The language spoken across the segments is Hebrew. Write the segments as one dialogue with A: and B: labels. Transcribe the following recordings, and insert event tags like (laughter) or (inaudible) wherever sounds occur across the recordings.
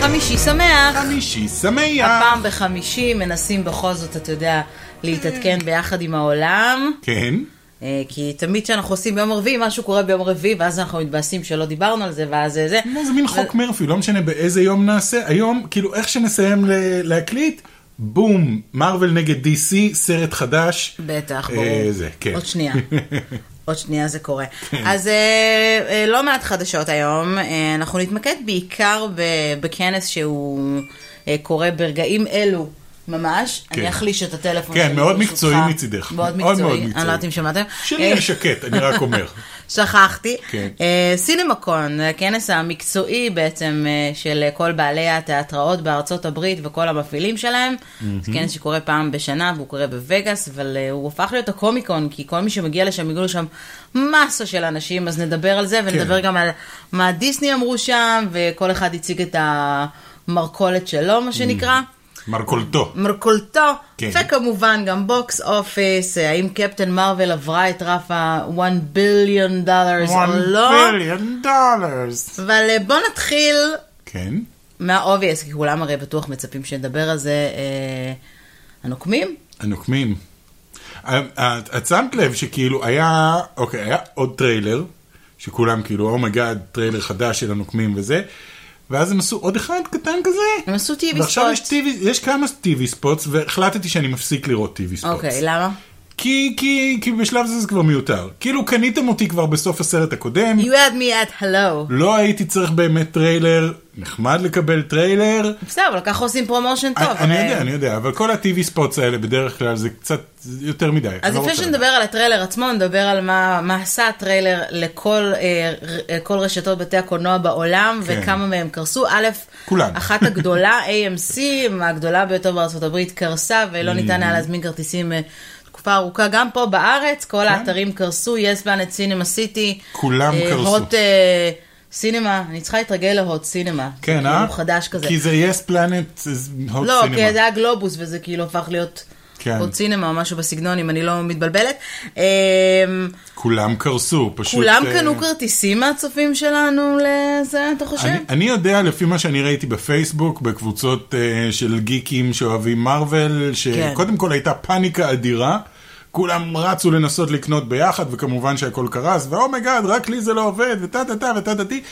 A: חמישי שמח!
B: חמישי שמח!
A: הפעם בחמישי מנסים בכל זאת, אתה יודע, להתעדכן
B: Mm.
A: ביחד עם העולם.
B: כן?
A: אה, כי תמיד כשאנחנו עושים ביום רביעי, משהו קורה ביום רביעי, ואז אנחנו מתבאסים שלא דיברנו על זה, ואז אה, זה.
B: לא, זה מין חוק מרפי, לא משנה באיזה יום נעשה. היום, כאילו, איך שנסיים ל- להקליט, בום, מרוויל נגד DC, סרט חדש.
A: בטח,
B: אה,
A: ברור.
B: זה, כן.
A: עוד שנייה. עוד שנייה זה קורה. אז אה, אה, לא מעט חדשות היום, אה, אנחנו נתמקד בעיקר ב- בכנס שהוא אה, קורה ברגעים אלו. ממש,
B: כן.
A: אני אחליש את הטלפון
B: כן,
A: שלי,
B: מאוד
A: ברשותך.
B: מקצועי מצידך.
A: מאוד
B: מאוד מאוד
A: מקצועי, אני
B: מקצועי.
A: לא יודעת אם שמעתם.
B: שלי
A: אה,
B: יש שקט, אני רק אומר.
A: (laughs) שכחתי.
B: כן.
A: אה, סינמקון, הכנס המקצועי בעצם אה, של אה, כל בעלי התיאטראות בארצות הברית וכל המפעילים שלהם. זה כנס שקורה פעם בשנה והוא קורה בווגאס, אבל אה, הוא הפך להיות הקומיקון, כי כל מי שמגיע לשם, הגיעו לשם מסה של אנשים, אז נדבר על זה ונדבר גם על מה דיסני אמרו שם, וכל אחד הציג את המרכולת שלו, מה שנקרא.
B: (laughs) מרכולתו.
A: מרכולתו,
B: כן.
A: כן. וכמובן גם בוקס אופיס, אה, האם קפטן מרוויל עברה את רף ה-1 ביליון דולרס או לא,
B: billion dollars.
A: אבל אה, בוא נתחיל
B: כן?
A: מהאובייס, כי כולם הרי בטוח מצפים שנדבר על זה, אה, הנוקמים?
B: הנוקמים. את- את את שמת לב שכאילו היה, אוקיי, היה עוד טריילר, שכולם כאילו, אומייגאד, טריילר חדש של הנוקמים וזה, ואז הם עשו עוד אחד קטן כזה.
A: הם עשו TV
B: ועכשיו יש,
A: spots.
B: TV, יש כמה TV ספוטס, והחלטתי שאני מפסיק לראות TV ספוטס.
A: אוקיי, למה?
B: כי, כי, כי בשלב זה זה כבר מיותר. כאילו קניתם אותי כבר בסוף הסרט הקודם,
A: You had me at hello.
B: לא הייתי צריך באמת טריילר, נחמד לקבל טריילר.
A: בסדר, אבל ככה עושים פרומושן טוב. אה,
B: אני
A: הרי-
B: יודע, אני יודע, אבל כל ה-TV ספוטס האלה בדרך כלל זה קצת יותר מדי. אני
A: אז
B: לא
A: לפני
B: רוצה
A: שנדבר על הטריילר עצמו, נדבר על מה, מה עשה הטריילר לכל אה, ר- אה, כל רשתות בתי הקולנוע בעולם,
B: כן.
A: וכמה מהם קרסו. א',
B: כולן.
A: אחת הגדולה, (laughs) AMC, הגדולה ביותר בארה"ב, קרסה, ולא ניתן
B: Mm-hmm.
A: היה להזמין כרטיסים אה, תקופה ארוכה. גם פה בארץ, כל האתרים קרסו, יסבן את סינמה סיטי.
B: כן. כולם קרסו.
A: הוט אה, סינמה, אני צריכה להתרגל להוט סינמה. זה
B: כן,
A: כאילו
B: אה?
A: חדש כזה.
B: כי זה יס פלנט, הוט
A: לא,
B: סינמה.
A: כי זה היה גלובוס וזה כאילו הפך להיות
B: כן.
A: עוד סינמה או משהו בסגנון, אם אני לא מתבלבלת. אמ,
B: כולם קרסו, פשוט...
A: כולם
B: אה,
A: קנו כרטיסים מהצופים שלנו לזה, אתה חושב?
B: אני, אני יודע, לפי מה שאני ראיתי בפייסבוק, בקבוצות uh, של גיקים שאוהבים מארוול, שקודם כן. כל הייתה פאניקה אדירה. כולם רצו לנסות לקנות ביחד, וכמובן שהכל קרס, ואומייגאד, רק לי זה לא עובד, וטה טה טה וטה טה טי.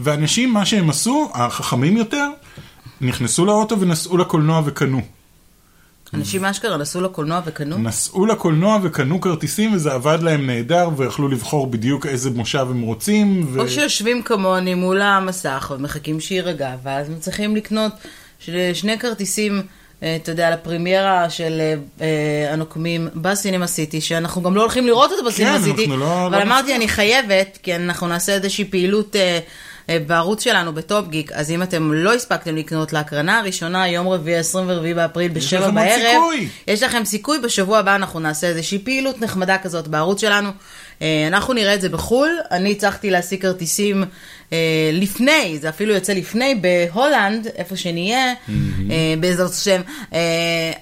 B: ואנשים, מה שהם עשו, החכמים יותר, נכנסו לאוטו ונסעו לקולנוע וקנו.
A: אנשים אשכרה נסעו לקולנוע וקנו?
B: נסעו לקולנוע וקנו כרטיסים, וזה עבד להם נהדר, ויכלו לבחור בדיוק איזה מושב הם רוצים. ו...
A: או שיושבים כמוני מול המסך ומחכים שיירגע, ואז הם צריכים לקנות של- שני כרטיסים, אה, אתה יודע, לפרימיירה של אה, אה, הנוקמים בסינמה סיטי, שאנחנו גם לא הולכים לראות אותו בסינמה
B: כן, אנחנו
A: סיטי,
B: לא-
A: אבל
B: לא
A: אמרתי, אני חייבת, כי אנחנו נעשה איזושהי פעילות אה, אה, בערוץ שלנו, בטופ גיק, אז אם אתם לא הספקתם לקנות להקרנה הראשונה, יום רביעי, 24 באפריל, בשבע
B: לכם עוד
A: בערב,
B: סיכוי.
A: יש לכם סיכוי, בשבוע הבא אנחנו נעשה איזושהי פעילות נחמדה כזאת בערוץ שלנו. אה, אנחנו נראה את זה בחו"ל, אני הצלחתי להשיג כרטיסים אה, לפני, זה אפילו יוצא לפני, בהולנד, איפה שנהיה, אה, בעזרת השם, אה,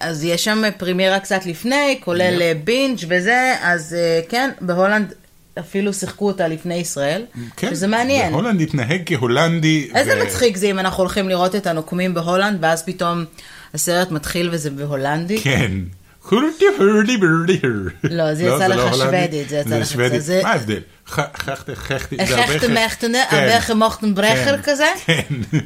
A: אז יש שם פרימיירה קצת לפני, כולל אה, בינג' וזה, אז אה, כן, בהולנד אפילו שיחקו אותה לפני ישראל,
B: כן,
A: שזה מעניין.
B: והולנד התנהג כהולנדי.
A: איזה
B: ו-
A: מצחיק זה אם אנחנו הולכים לראות את הנוקמים בהולנד, ואז פתאום הסרט מתחיל וזה בהולנדית.
B: כן. הורדי הורדי הורדי הור.
A: לא, זה יצא לך
B: הולנדי.
A: שוודית, זה יצא לך- זה-
B: שוודית.
A: זה-
B: מה ההבדל? ח- חכתי, חכתי, זה הרבה
A: החכתם
B: חכ-
A: מהכתנה,
B: כן,
A: הבכם מוכתם ברכר
B: כן,
A: כזה?
B: כן.
A: (laughs)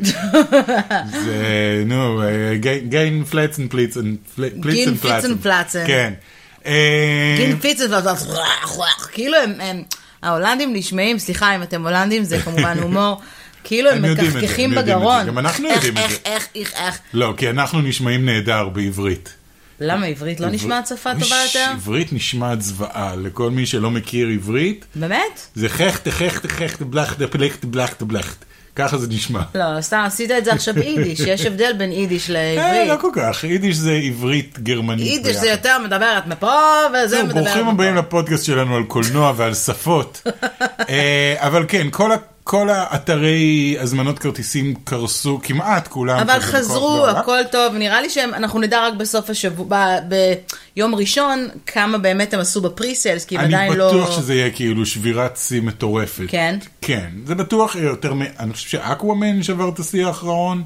B: זה, נו, אה, גיין- גיין פלצן פליצן. פל- פליצן
A: פיצן פלצן.
B: כן. אה,
A: גין פיצות ואז כאילו הם, הם, ההולנדים נשמעים, סליחה אם אתם הולנדים, זה כמובן
B: (laughs)
A: הומור, כאילו הם
B: הם יודעים את זה,
A: מקחקחים
B: הם יודעים את
A: בגרון.
B: זה, גם אנחנו
A: איך,
B: יודעים את זה.
A: איך, איך, איך, איך.
B: לא, כי אנחנו נשמעים נהדר בעברית.
A: למה עברית לא נשמעת שפה טובה
B: אוי,
A: יותר?
B: עברית נשמעת זוועה. לכל מי שלא מכיר עברית,
A: באמת?
B: זה חכת, חכת, חכת, בלכת, בלכת, בלכת, בלכת. ככה זה נשמע.
A: לא, סתם עשית את זה עכשיו יידיש, יש הבדל בין יידיש
B: אה, לא
A: לעברית.
B: כל כך, יידיש זה עברית גרמנית.
A: יידיש זה
B: ביחד.
A: יותר מדברת מפה, וזה
B: טוב,
A: מדברת
B: ברוכים
A: מפה. (laughs)
B: הבאים לפודקאסט שלנו על קולנוע ועל שפות. אה, אבל כן, כל ה- כל האתרי הזמנות כרטיסים קרסו, כמעט כולם.
A: אבל
B: כזה בכל
A: חזרו,
B: דבר.
A: הכל טוב, נראה לי שאנחנו נדע רק בסוף השבוע, ב- ביום ראשון, כמה באמת הם עשו בפריסלס, כי הם עדיין
B: אני
A: לא...
B: בטוח שזה יהיה כאילו שבירת שיא מטורפת.
A: כן?
B: כן, זה בטוח יהיה יותר מ... אני חושב שאקוואמן שבר את השיא האחרון,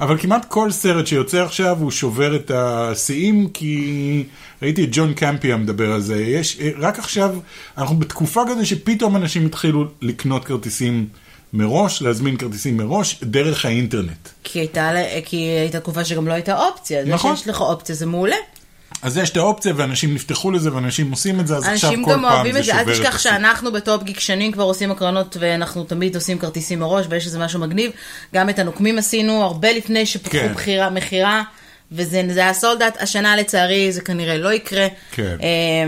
B: אבל כמעט כל סרט שיוצא עכשיו הוא שובר את השיאים, כי ראיתי את ג'ון קמפיה מדבר על זה. יש... רק עכשיו, אנחנו בתקופה כזו שפתאום אנשים התחילו לקנות כרטיסים מראש, להזמין כרטיסים מראש, דרך האינטרנט.
A: כי הייתה, ל- כי הייתה תקופה שגם לא הייתה אופציה.
B: נכון.
A: נכון. שיש לך אופציה זה מעולה.
B: אז יש את האופציה, ואנשים נפתחו לזה, ואנשים עושים את זה, אז עכשיו
A: אנשים
B: כל
A: גם
B: פעם
A: אוהבים
B: זה
A: את זה, אל
B: שובר את
A: תשכח
B: השיא.
A: שאנחנו בטופ גיק שנים כבר עושים הקרנות ואנחנו תמיד עושים כרטיסים מראש ויש איזה משהו מגניב. גם את הנוקמים עשינו הרבה לפני שפתחו
B: כן.
A: בחירה, מכירה, וזה זה היה סולדאט. השנה לצערי זה כנראה לא יקרה.
B: כן.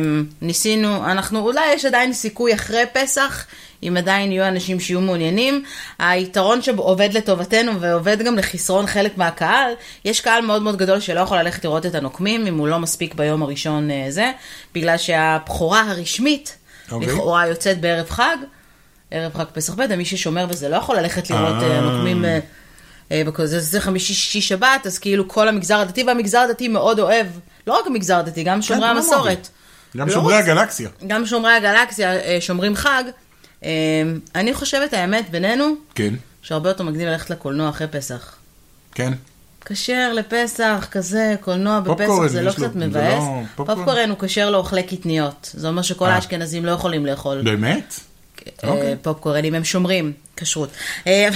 A: אמ, ניסינו, אנחנו, אולי יש עדיין סיכוי אחרי פסח, אם עדיין יהיו אנשים שיהיו מעוניינים. היתרון שעובד לטובתנו ועובד גם לחסרון חלק מהקהל, יש קהל מאוד מאוד גדול שלא יכול ללכת לראות את הנוקמים, אם הוא לא מספיק ביום הראשון אה, זה, בגלל שהבכורה הרשמית,
B: אוקיי.
A: לכאורה יוצאת בערב חג, ערב חג פסח ב', ומי ששומר בזה לא יכול ללכת לראות
B: אה.
A: אה, נוקמים. אה, אה, בכ- זה, זה חמישי, שישי, שבת, אז כאילו כל המגזר הדתי, והמגזר הדתי מאוד אוהב, לא רק המגזר הדתי,
B: כן,
A: גם שומרי
B: כולם
A: המסורת.
B: גם
A: לא
B: שומרי
A: רוצ-
B: הגלקסיה.
A: גם שומרי הגלקסיה אה, שומרים חג. אה, אני חושבת, האמת, בינינו,
B: כן,
A: שהרבה יותר מגניב ללכת לקולנוע אחרי פסח.
B: כן.
A: כשר לפסח, כזה, קולנוע
B: פופקורן
A: בפסח, זה לא
B: יש לו,
A: קצת
B: זה
A: מבאס.
B: לא- פופקורן.
A: פופקורן הוא כשר לאוכלי קטניות. זה אומר שכל
B: אה.
A: האשכנזים לא יכולים לאכול
B: באמת?
A: אה,
B: אוקיי. כן.
A: פופקורן אם הם שומרים כשרות. אה,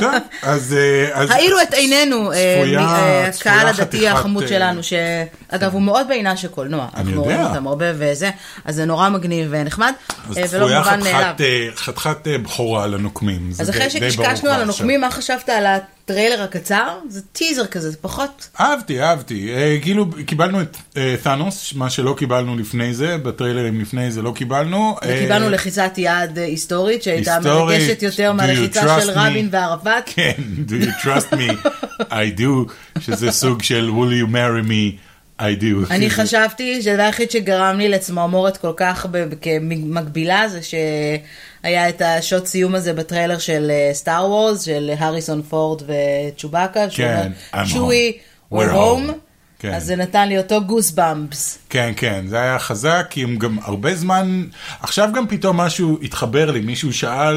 B: טוב, אז... אה, אז-
A: ראינו את עינינו, אה,
B: צפויה-
A: מ- אה,
B: צפויה
A: הקהל הדתי
B: חתיכת,
A: החמוד
B: אה,
A: שלנו, שאגב הוא מאוד בעינה של קולנוע,
B: אני
A: אנחנו רואים
B: יודע.
A: אותם הרבה וזה, אז זה נורא מגניב ונחמד,
B: אז
A: אה, ולא
B: צפויה
A: מובן מאליו.
B: חתיכת, אה, חתיכת אה, בכורה על הנוקמים. זה
A: אז
B: די-
A: אחרי
B: די ברור
A: שקשקשנו
B: כבר
A: על
B: עכשיו.
A: הנוקמים, מה חשבת על הטריילר הקצר? זה טיזר כזה, זה פחות.
B: אהבתי, אהבתי. אה, כאילו, קיבלנו את אה, תאנוס, מה שלא קיבלנו לפני זה, בטריילרים לפני זה לא קיבלנו. אה,
A: וקיבלנו לחיצת יד אה, היסטורית, שהייתה
B: היסטורית,
A: מרגשת
B: do
A: יותר
B: you
A: מהלחיצה
B: trust
A: של
B: me?
A: רבין וערפאת.
B: כן, do you trust
A: (laughs)
B: me, I do, שזה סוג של will you marry me, I do.
A: אני חשבתי שהדבר היחיד שגרם לי לצמרמורת כל כך ב- ב- כמקבילה זה שהיה את השוט סיום הזה בטריילר של סטאר וורז, של האריסון פורד וצ'ובאקה, שהוא
B: כן,
A: אומר,
B: I'm
A: "Chewie,
B: home.
A: we're
B: We're
A: home,
B: home." כן.
A: אז זה נתן לי אותו גוס במפס.
B: כן, כן, זה היה חזק, כי הם גם הרבה זמן, עכשיו גם פתאום משהו התחבר לי, מישהו שאל,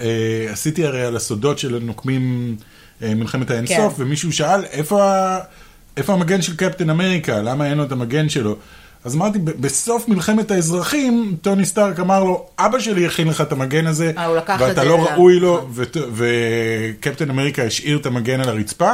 B: אה, עשיתי הרי על הסודות של הנוקמים אה, מלחמת האינסוף,
A: כן.
B: ומישהו שאל, איפה, ה- איפה המגן של קפטן אמריקה, למה אין לו את המגן שלו? אז אמרתי, "ב- בסוף מלחמת האזרחים, טוני סטארק אמר לו, אבא שלי הכין לך את המגן הזה,
A: אה, הוא לקח את
B: ואתה
A: זה
B: לא
A: אליו."
B: ראוי לו, ות- וקפטן אמריקה השאיר את המגן על הרצפה,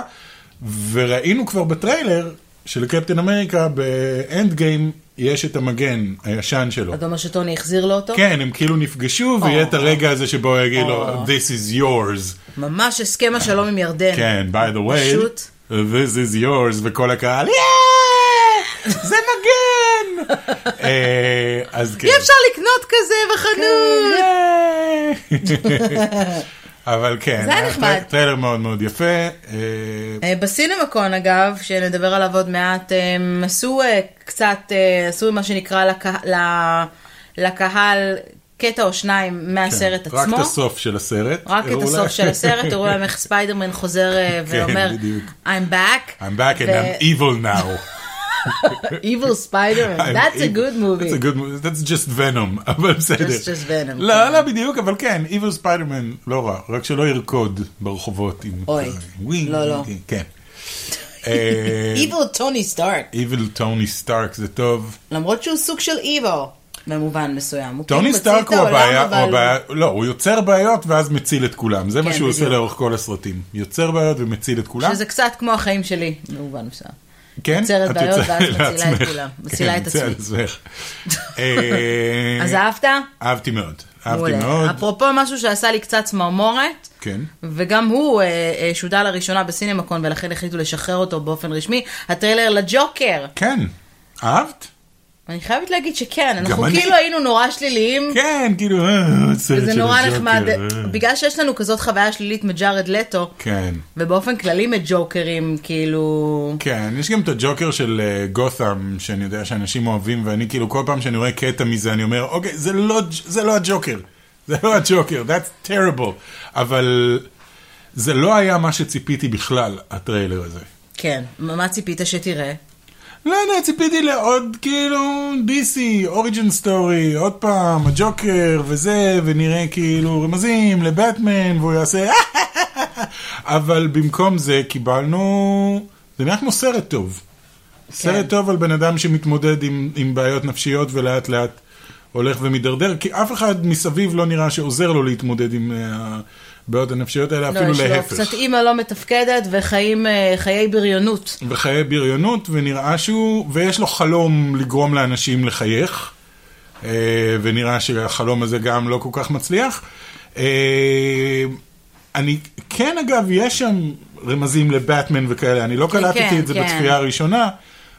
B: וראינו כבר בטריילר שלקפטן אמריקה באנד גיים יש את המגן הישן שלו.
A: אתה אומר שטוני החזיר לו אותו?
B: כן, הם כאילו נפגשו, ויהיה את הרגע הזה שבו הוא יגיד לו,
A: או.
B: This is yours.
A: ממש הסכם השלום עם ירדן.
B: כן, by the way,
A: פשוט.
B: this is yours, וכל הקהל, "Yeah! זה מגן!
A: (laughs)
B: אה, אז כן.
A: אי אפשר לקנות כזה בחנות!
B: Yeah! אבל כן,
A: זה היה נחמד.
B: טרי- טריילר מאוד מאוד יפה. אה,
A: אה, בסינמקון אגב, שנדבר עליו עוד מעט, הם עשו אה, קצת, אה, עשו מה שנקרא לקה- ל- לקהל קטע או שניים מהסרט
B: כן, רק
A: עצמו.
B: את הסוף של הסרט. אה,
A: רק את
B: הראו לה-
A: הסוף של הסרט, הראו להם איך ספיידרמן חוזר אה,
B: כן,
A: ואומר,
B: בדיוק.
A: I'm back.
B: (laughs) I'm back and I'm evil now.
A: (laughs) evil spider,
B: I'm
A: that's a
B: evil.
A: good
B: That's a
A: movie.
B: good movie. That's just venom, (laughs) אבל בסדר.
A: just Venom,
B: לא,
A: כן.
B: לא בדיוק, אבל כן, evil spider-man לא רע, רק שלא ירקוד ברחובות עם...
A: אוי,
B: ווי,
A: לא, לא. (laughs)
B: כן. אה,
A: Evil Tony Stark,
B: evil טוני סטארק זה טוב.
A: למרות שהוא סוג של Evil, במובן מסוים. הוא כן
B: טוני
A: מציל
B: סטארק
A: את
B: הוא
A: העולם,
B: הבעיה, הוא
A: אבל-
B: הבעיה, לא, הוא יוצר בעיות ואז מציל את כולם, זה מה
A: כן,
B: שהוא עושה
A: בדיוק.
B: לאורך כל הסרטים. יוצר בעיות ומציל את כולם.
A: שזה קצת כמו החיים שלי, במובן מסוים.
B: כן?
A: יוצרת
B: את
A: בעיות ואז
B: יוצרת
A: מצילה את
B: לעצמך.
A: כולם. מצילה
B: כן,
A: את
B: מצילה
A: עצמי. (laughs)
B: לעצמך. אה,
A: אז אהבת?
B: אהבתי מאוד, אהבתי מאוד.
A: מעולה. אפרופו משהו שעשה לי קצת צמרמורת,
B: כן.
A: וגם הוא אה, אה, שודר לראשונה בסינמקון ולכן החליטו לשחרר אותו באופן רשמי, הטריילר לג'וקר.
B: כן, אהבת?
A: אני חייבת להגיד שכן,
B: גם
A: אנחנו
B: אני.
A: כאילו היינו נורא שליליים,
B: כן, כאילו, אה, עוד סרט
A: וזה
B: של
A: נורא
B: הג'וקר,
A: נחמד,
B: אה.
A: בגלל שיש לנו כזאת חוויה שלילית מג'ארד לטו,
B: כן,
A: ובאופן כללי מג'וקרים, כאילו...
B: כן, יש גם את הג'וקר של אה, גות'אם, שאני יודע שאנשים אוהבים, ואני כאילו כל פעם שאני רואה קטע מזה, אני אומר, אוקיי, זה לא- זה לא הג'וקר. זה לא הג'וקר, that's terrible. אבל זה לא היה מה שציפיתי בכלל, הטריילר הזה.
A: כן, מה מה ציפית שתראה?
B: לא יודע, ציפיתי לעוד כאילו DC, אוריג'ן סטורי, עוד פעם, הג'וקר וזה, ונראה כאילו רמזים לבטמן, והוא יעשה... (laughs) אבל במקום זה קיבלנו... זה נראה כמו סרט טוב.
A: כן.
B: סרט טוב על בן אדם שמתמודד עם, עם בעיות נפשיות ולאט לאט הולך ומידרדר, כי אף אחד מסביב לא נראה שעוזר לו להתמודד עם אה, הבעיות הנפשיות האלה,
A: לא,
B: אפילו
A: יש לו
B: להפך.
A: קצת אימא לא מתפקדת וחיים, אה, חיי בריונות.
B: וחיי בריונות, ונראה שהוא, ויש לו חלום לגרום לאנשים לחייך, אה, ונראה שהחלום הזה גם לא כל כך מצליח. אה, אני, כן אגב, יש שם רמזים לבטמן וכאלה, אני לא קלטתי
A: כן,
B: את זה
A: כן.
B: בצפייה הראשונה,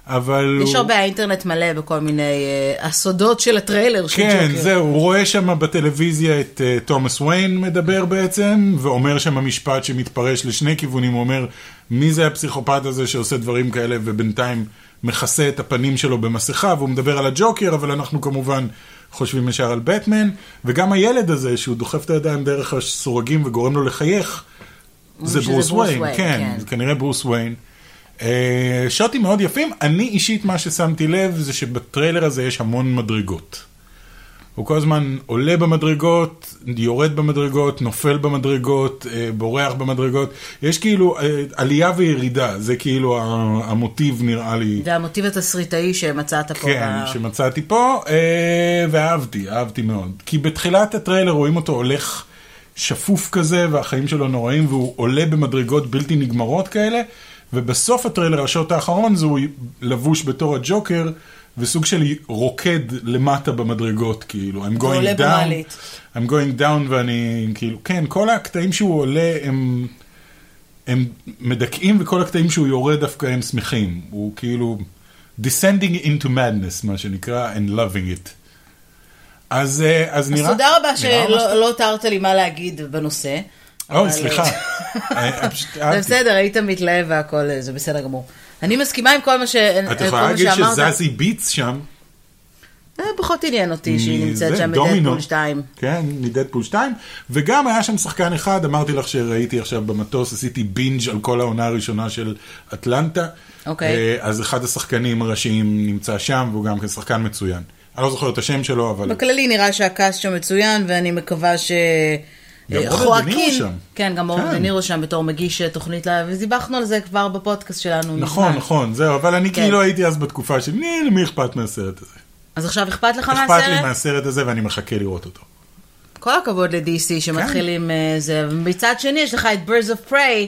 B: אבל
A: יש
B: הוא...
A: הרבה, האינטרנט מלא בכל מיני אה, הסודות של הטריילר של
B: כן,
A: ג'וקר.
B: זהו, הוא רואה שם בטלוויזיה את אה, תומאס וויין מדבר בעצם, ואומר שם משפט שמתפרש לשני כיוונים, הוא אומר, מי זה הפסיכופת הזה שעושה דברים כאלה ובינתיים מכסה את הפנים שלו במסכה, והוא מדבר על הג'וקר, אבל אנחנו כמובן חושבים ישר על בטמן, וגם הילד הזה שהוא דוחף את הידיים דרך הסורגים וגורם לו לחייך, זה
A: שזה
B: ברוס
A: ברוס
B: וויין,
A: וויין,
B: כן,
A: כן.
B: זה כנראה ברוס וויין. אה, שוטים מאוד יפים, אני אישית מה ששמתי לב זה שבטריילר הזה יש המון מדרגות. הוא כל הזמן עולה במדרגות, יורד במדרגות, נופל במדרגות, אה, בורח במדרגות. יש כאילו אה, עלייה וירידה, זה כאילו ה- המוטיב נראה לי,
A: זה המוטיב התסריטאי שמצאת פה.
B: כן,
A: ב-
B: שמצאתי פה, אה, ואהבתי, אהבתי מאוד. כי בתחילת הטריילר רואים אותו הולך שפוף כזה, והחיים שלו נוראים, והוא עולה במדרגות בלתי נגמרות כאלה, ובסוף הטריילר, השוט האחרון, זה הוא לבוש בתור הג'וקר. וסוג של רוקד למטה במדרגות, כאילו, I'm
A: ועולה
B: going down,
A: במעלית.
B: I'm going down, ואני, כאילו, כן, כל הקטעים שהוא עולה הם, הם מדכאים, וכל הקטעים שהוא יורד דווקא הם שמחים. הוא כאילו, descending into madness, מה שנקרא, and loving it. אז, אה, אז
A: אז
B: נראה...
A: תודה רבה
B: נראה ממש-
A: שלא לא הותרת לי מה להגיד בנושא. אבל-
B: אוי,
A: (laughs)
B: סליחה. אה, פשוט
A: זה
B: אהבתי.
A: בסדר, היית מתלהב והכל, אה, זה בסדר גמור. אני מסכימה עם כל מה ש-
B: את
A: כל
B: יכולה
A: מה
B: להגיד
A: אה, שאמרת.
B: שזזי ביץ שם.
A: זה פחות עניין אותי שהיא נמצאת
B: זה,
A: שם
B: דומינו.
A: בדדפול 2.
B: כן, מדדפול 2. וגם היה שם שחקן אחד, אמרתי לך שראיתי עכשיו במטוס, עשיתי בינג' על כל העונה הראשונה של אטלנטה.
A: אוקיי.
B: אה, אז אחד השחקנים הראשיים נמצא שם, והוא גם כן שחקן מצוין. אני לא זוכר את השם שלו, אבל...
A: בכללי נראה שהקאסט שם מצוין, ואני מקווה ש...
B: גם
A: אה,
B: רוברט דה
A: חואקין-
B: נירו שם.
A: כן, גם רוברט
B: כן.
A: דה נירו שם בתור מגיש אה, תוכנית, לה- ודיבחנו על זה כבר בפודקאסט שלנו.
B: נכון,
A: מזמן.
B: נכון, זהו, אבל אני
A: כן.
B: כאילו הייתי אז בתקופה של, "ני, למי אכפת מהסרט הזה?
A: אז עכשיו אכפת לך
B: אכפת לי
A: מהסרט?
B: מהסרט הזה ואני מחכה לראות אותו.
A: כל הכבוד ל-DC
B: כן.
A: שמתחילים אה, זה. מצד שני, יש לך את Birds of Prey,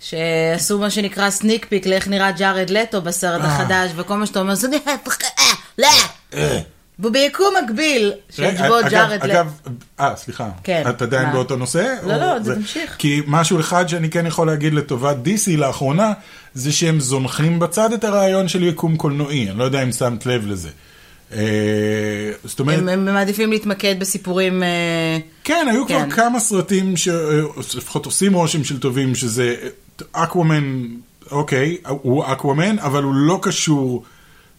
A: שעשו מה שנקרא סניק פיק לאיך נראה ג'ארד לטו בסרט
B: אה.
A: החדש, וכל מה שאתה אומר זה... לא. וביקום מקביל של
B: רגע,
A: בו
B: אה. אגב-
A: ג'ארד לטו.
B: אגב, אה, סליחה.
A: כן,
B: את עדיין
A: מה?
B: באותו נושא?
A: לא,
B: או
A: לא, זה תמשיך.
B: כי משהו אחד שאני כן יכול להגיד לטובת DC לאחרונה, זה שהם זונחים בצד את הרעיון של יקום קולנועי, אני לא יודע אם שמת לב לזה. אה, זאת אומרת,
A: הם הם מעדיפים להתמקד בסיפורים... אה,
B: כן, היו
A: כן.
B: כבר כמה סרטים שלפחות עושים רושם של טובים, שזה אקוואמן, אוקיי, הוא אקוואמן, אבל הוא לא קשור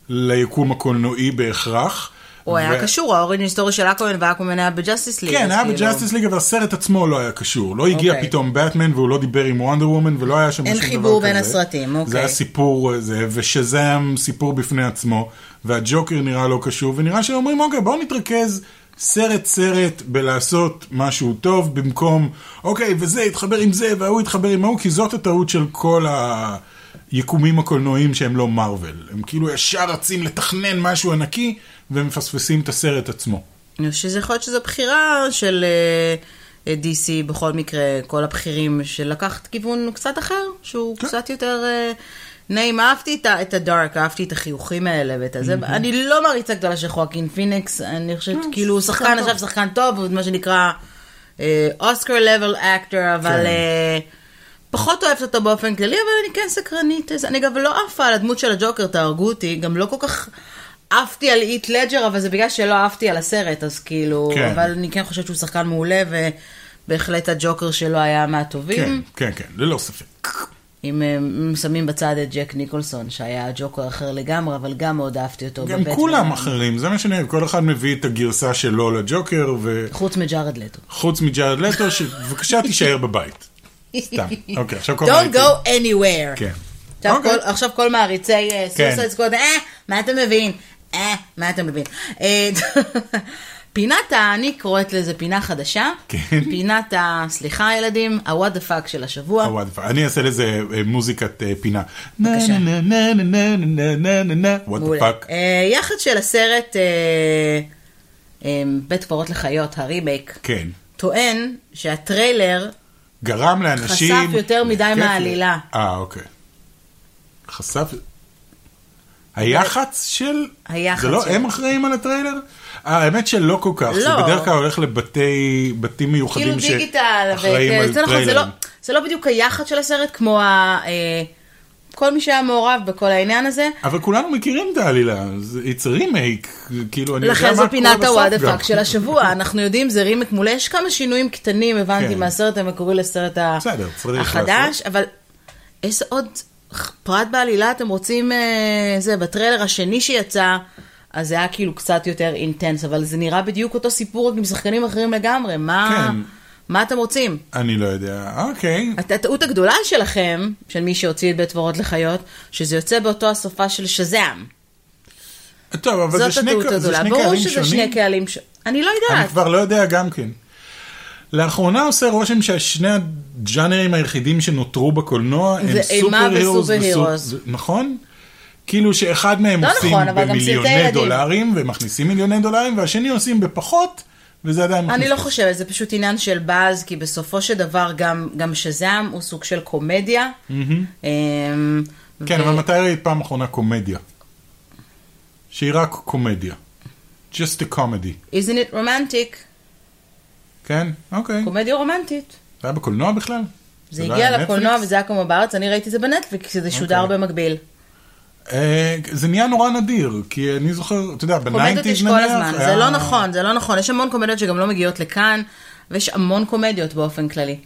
B: ליקום הקולנועי בהכרח.
A: הוא היה
B: ו-
A: קשור, האוריג'ין סטורי של אקומן ואקומן היה בג'אסטיס ליג.
B: כן,
A: אז
B: היה
A: כאילו,
B: בג'אסטיס ליג, אבל הסרט עצמו לא היה קשור. לא הגיע
A: אוקיי.
B: פתאום באטמן והוא לא דיבר עם וונדר וומן ולא היה שם שום
A: אין
B: דבר כזה.
A: חיבור בין הסרטים,
B: זה
A: אוקיי.
B: היה סיפור, אה, זה, ושזם סיפור בפני עצמו, והג'וקר נראה לא קשור, ונראה שהם אומרים, אוקיי, בואו נתרכז סרט-סרט בלעשות משהו טוב, במקום, אוקיי, וזה יתחבר עם זה, וההוא יתחבר עם ההוא, כי זאת הטעות של כל ה... יקומים הקולנועיים שהם לא מארוול, הם כאילו ישר רצים לתכנן משהו ענקי ומפספסים את הסרט עצמו.
A: שזה יכול להיות שזו בחירה של אה, DC בכל מקרה, כל הבכירים של לקחת כיוון קצת אחר, שהוא קצת יותר אה, נעים. אהבתי את ה- את הדארק, אהבתי את החיוכים האלה ואת הזה. אני לא מעריצה גדולה של חואקין פיניקס, אני חושבת כאילו הוא שחקן עכשיו שחקן טוב, הוא מה שנקרא אוסקר לבל אקטור, אבל...
B: כן.
A: אה, פחות אוהבת אותו באופן כללי, אבל אני כן סקרנית. אז אני גם לא עפה על הדמות של הג'וקר, תהרגו אותי. גם לא כל כך עפתי על איט לג'ר, אבל זה בגלל שלא עפתי על הסרט, אז כאילו...
B: כן.
A: אבל אני כן חושבת שהוא שחקן מעולה, ובהחלט הג'וקר שלו היה מהטובים.
B: כן, כן, כן, ללא ספק.
A: אם אה, שמים בצד את ג'ק ניקולסון, שהיה ג'וקר אחר לגמרי, אבל גם מאוד אהבתי אותו.
B: גם
A: בבטמן.
B: כולם אחרים, זה מה שאני אוהב, כל אחד מביא את הגרסה שלו לג'וקר,
A: חוץ מג'ארד לטו.
B: וחוץ מג'ארד לטו, שבבקשה תישאר בבית.
A: (laughs)
B: סתם. אוקיי, עכשיו כל
A: Don't
B: מעריצים.
A: go anywhere.
B: כן.
A: עכשיו,
B: אוקיי.
A: כל, עכשיו כל מעריצי אה,
B: כן.
A: סוסייד סקווד, אה, מה אתה מבין? אה, מה אתה מבין? אה, (laughs) פינת ה... אני קוראת לזה פינה חדשה.
B: כן.
A: פינת ה... סליחה ילדים, ה-what the fuck של השבוע.
B: הוואט פאק. Oh, אני אעשה לזה אה, מוזיקת אה, פינה.
A: בבקשה.
B: נה נה נה נה נה נה נה נה וואט
A: מעולה.
B: פאק.
A: אה, יחד של הסרט אה, אה, בית קברות לחיות, הרימייק,
B: כן.
A: טוען שהטריילר
B: גרם לאנשים...
A: חשף יותר מדי
B: להתקף לב.
A: מהעלילה.
B: אה, אוקיי. חשף... היח"צ של...
A: היח"צ
B: זה לא
A: של-
B: הם אחראים על הטריילר? אה, האמת שלא כל כך. זה
A: לא.
B: בדרך כלל הולך לבתי... בתים
A: כאילו
B: מיוחדים
A: דיגיטל,
B: שאחראים על
A: וזה נכון, זה לא-
B: טריילרים.
A: זה לא בדיוק היחד של הסרט, כמו ה- אה, כל מי שהיה מעורב בכל העניין הזה.
B: אבל כולנו מכירים את העלילה, זה- it's remake, כאילו אני יודע מה
A: לכן
B: קורה בסוף
A: זו פינת הוואט דה
B: גם.
A: פאק של השבוע, אנחנו יודעים, זה רימק מולה, יש כמה שינויים קטנים, הבנתי,
B: כן.
A: מהסרט המקורי לסרט ה-
B: בסדר, צריך
A: החדש, אבל איזה עוד פרט בעלילה אתם רוצים, אה, זה, בטריילר השני שיצא, אז זה היה כאילו קצת יותר אינטנס, אבל זה נראה בדיוק אותו סיפור, רק עם שחקנים אחרים לגמרי, מה
B: כן.
A: מה אתם רוצים?
B: אני לא יודע, אוקיי.
A: הט- הטעות הגדולה שלכם, של מי שהוציא את בית קברות לחיות, שזה יוצא באותו הסופה של שזאם.
B: טוב, אבל זה
A: זאת
B: שני
A: הטעות
B: ק- זה
A: הגדולה.
B: שני
A: ברור
B: קהלים
A: שזה
B: שונים.
A: שני קהלים שונים. אני לא
B: אני
A: יודעת.
B: כבר לא יודע גם כן. לאחרונה עושה רושם שהשני הג'אנרים היחידים שנותרו בקולנוע הם
A: זה אימה
B: סופר-הירוס
A: וסופר-הירוס.
B: וסופ- נכון? כאילו שאחד מהם
A: לא
B: עושים
A: נכון, אבל גם סרטי
B: במיליוני
A: ילדים.
B: דולרים ומכניסים מיליוני דולרים והשני עושים בפחות וזה עדיין
A: אני
B: מכניס-
A: לא חושבת, זה פשוט עניין של באז, כי בסופו של דבר גם, גם שזאם הוא סוג של קומדיה. אמ,
B: כן,
A: ו-
B: אבל מתי ראית פעם אחרונה קומדיה? שהיא רק קומדיה. Just a comedy,
A: Isn't it romantic?
B: כן? אוקיי.
A: קומדיה רומנטית.
B: זה היה בקולנוע בכלל?
A: זה
B: לא
A: הגיע
B: היה
A: לקולנוע
B: נטפליקס?
A: וזה היה כמו בארץ, אני ראיתי את זה בנטפליקס, כי זה שודר
B: אוקיי.
A: במקביל.
B: אה, זה נהיה נורא נדיר, כי אני זוכר, אתה יודע,
A: קומדיות
B: בניינטיז
A: יש
B: נניח... אה.
A: כל הזמן, זה
B: היה-
A: לא נכון, זה לא נכון. יש המון קומדיות שגם לא מגיעות לכאן, ויש המון קומדיות באופן כללי.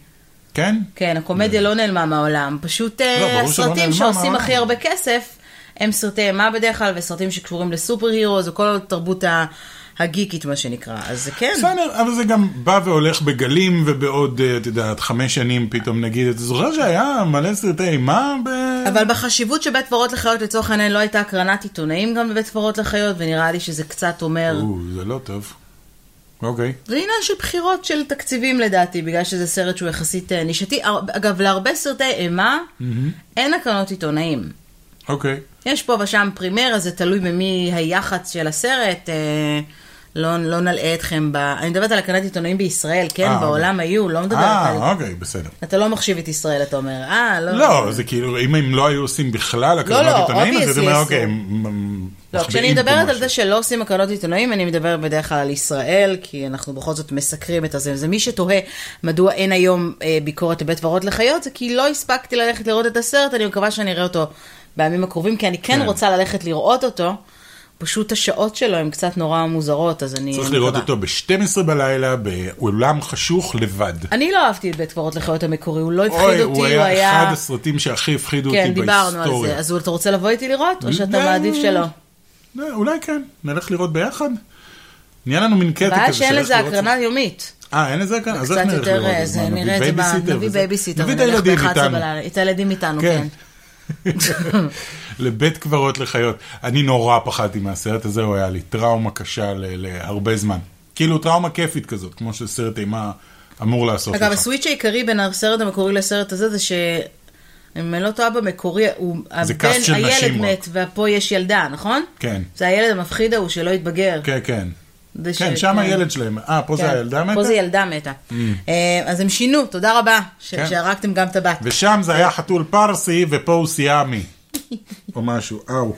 B: כן? לא,
A: כן, הקומדיה לא נעלמה מהעולם, פשוט אה,
B: ברור שלא
A: הסרטים
B: נעלמה
A: שעושים
B: מהעולם.
A: הכי הרבה כסף הם סרטי אימה בדרך כלל, וסרטים שקשורים לסופר הירו, זה כל התרבות ה- הגיקית מה שנקרא, אז זה כן.
B: בסדר, אבל זה גם בא והולך בגלים, ובעוד, אה, את יודעת, חמש שנים פתאום נגיד, אתה זוכר שהיה מלא סרטי אימה ב...
A: אבל בחשיבות שבית קברות לחיות לצורך העניין לא הייתה הקרנת עיתונאים גם בבית קברות לחיות, ונראה לי שזה קצת אומר...
B: או, זה לא טוב. אוקיי.
A: זה עניין של בחירות של תקציבים לדעתי, בגלל שזה סרט שהוא יחסית אה, נישתי. הר- אגב, להרבה סרטי אימה אין הקרנות עיתונאים.
B: אוקיי.
A: יש פה ושם פרימר, אז זה תלוי במי היח"צ של הסרט. אה, לא, לא נלאה אתכם ב... אני מדברת על הקרנת עיתונאים בישראל, כן?
B: אה,
A: בעולם היו, לא מדברת על...
B: אה, אוקיי, בסדר.
A: אתה לא מחשיב את ישראל, אתה אומר. אה, לא.
B: לא, זה כאילו, אם הם לא היו עושים בכלל
A: לא,
B: הקרנות עיתונאים, אז הייתי
A: obviously
B: אומר,
A: אסור.
B: אוקיי, הם... הם
A: לא, כשאני
B: מחביאים פה
A: מדברת על
B: משהו.
A: זה שלא עושים הקרנות עיתונאים, אני מדברת בדרך כלל על ישראל, כי אנחנו בכל זאת מסקרים את הזה. זה מי שתוהה מדוע אין היום אה, ביקורת לבית קברות לחיות, זה כי לא הספקתי ללכת לראות את הסרט, אני מקווה שאני אראה אותו בימים הקרובים, כי אני כן,
B: כן.
A: רוצה ללכת לראות אותו, פשוט השעות שלו הן קצת נורא מוזרות, אז אני
B: צריך
A: מקווה.
B: לראות אותו ב-12 בלילה, באולם חשוך לבד.
A: אני לא אהבתי את בית קברות לחיות המקורי, הוא לא הפחיד
B: אוי,
A: אותי,
B: הוא היה אחד הסרטים שהכי הפחידו אותי
A: כן,
B: בהיסטוריה.
A: דיברנו על זה. אז אתה רוצה לבוא איתי לראות, או שאתה מעדיף שלא?
B: לא, אולי כן, נלך לראות ביחד. נהיה לנו מין קטע
A: הבעיה
B: כזה
A: שאין
B: של
A: לזה
B: איך כן, לראות
A: הקרנה יומית.
B: זה. אה, אין לזה הקרנה? אז איך
A: קצת
B: נלך
A: יותר,
B: לראות את
A: אה,
B: מה,
A: זה נראה את זה, ב-
B: בייביסיטר
A: נביא
B: וזה?
A: בייביסיטר,
B: נביא את
A: ונלך
B: הילדים
A: ב-11
B: איתנו.
A: בלילה, את הילדים איתנו,
B: כן.
A: כן.
B: (laughs) לבית קברות לחיות. אני נורא פחדתי מהסרט הזה, הוא היה לי טראומה קשה ל- להרבה זמן. כאילו טראומה כיפית כזאת, כמו שסרט אימה אמור לעשות
A: אגב,
B: לך.
A: הסוויץ' העיקרי בין הסרט המקורי לסרט הזה, זה ש... אם אני לא טועה במקורי, הוא... הבן,
B: קאסט של
A: הילד
B: נשים רק.
A: מת, ופה יש ילדה, נכון?
B: כן.
A: זה הילד המפחיד ההוא שלא התבגר.
B: כן, כן.
A: זה ש-
B: כן, שם הילד שלהם. אה, פה זה
A: כן.
B: הילדה מתה? Mm.
A: פה זה ילדה מתה. אה, אז הם שינו, תודה רבה, ש-
B: כן.
A: שהרגתם גם את הבת.
B: ושם זה היה חתול פרסי, ופה הוא
A: (laughs)
B: סיאמי. או משהו, אאו.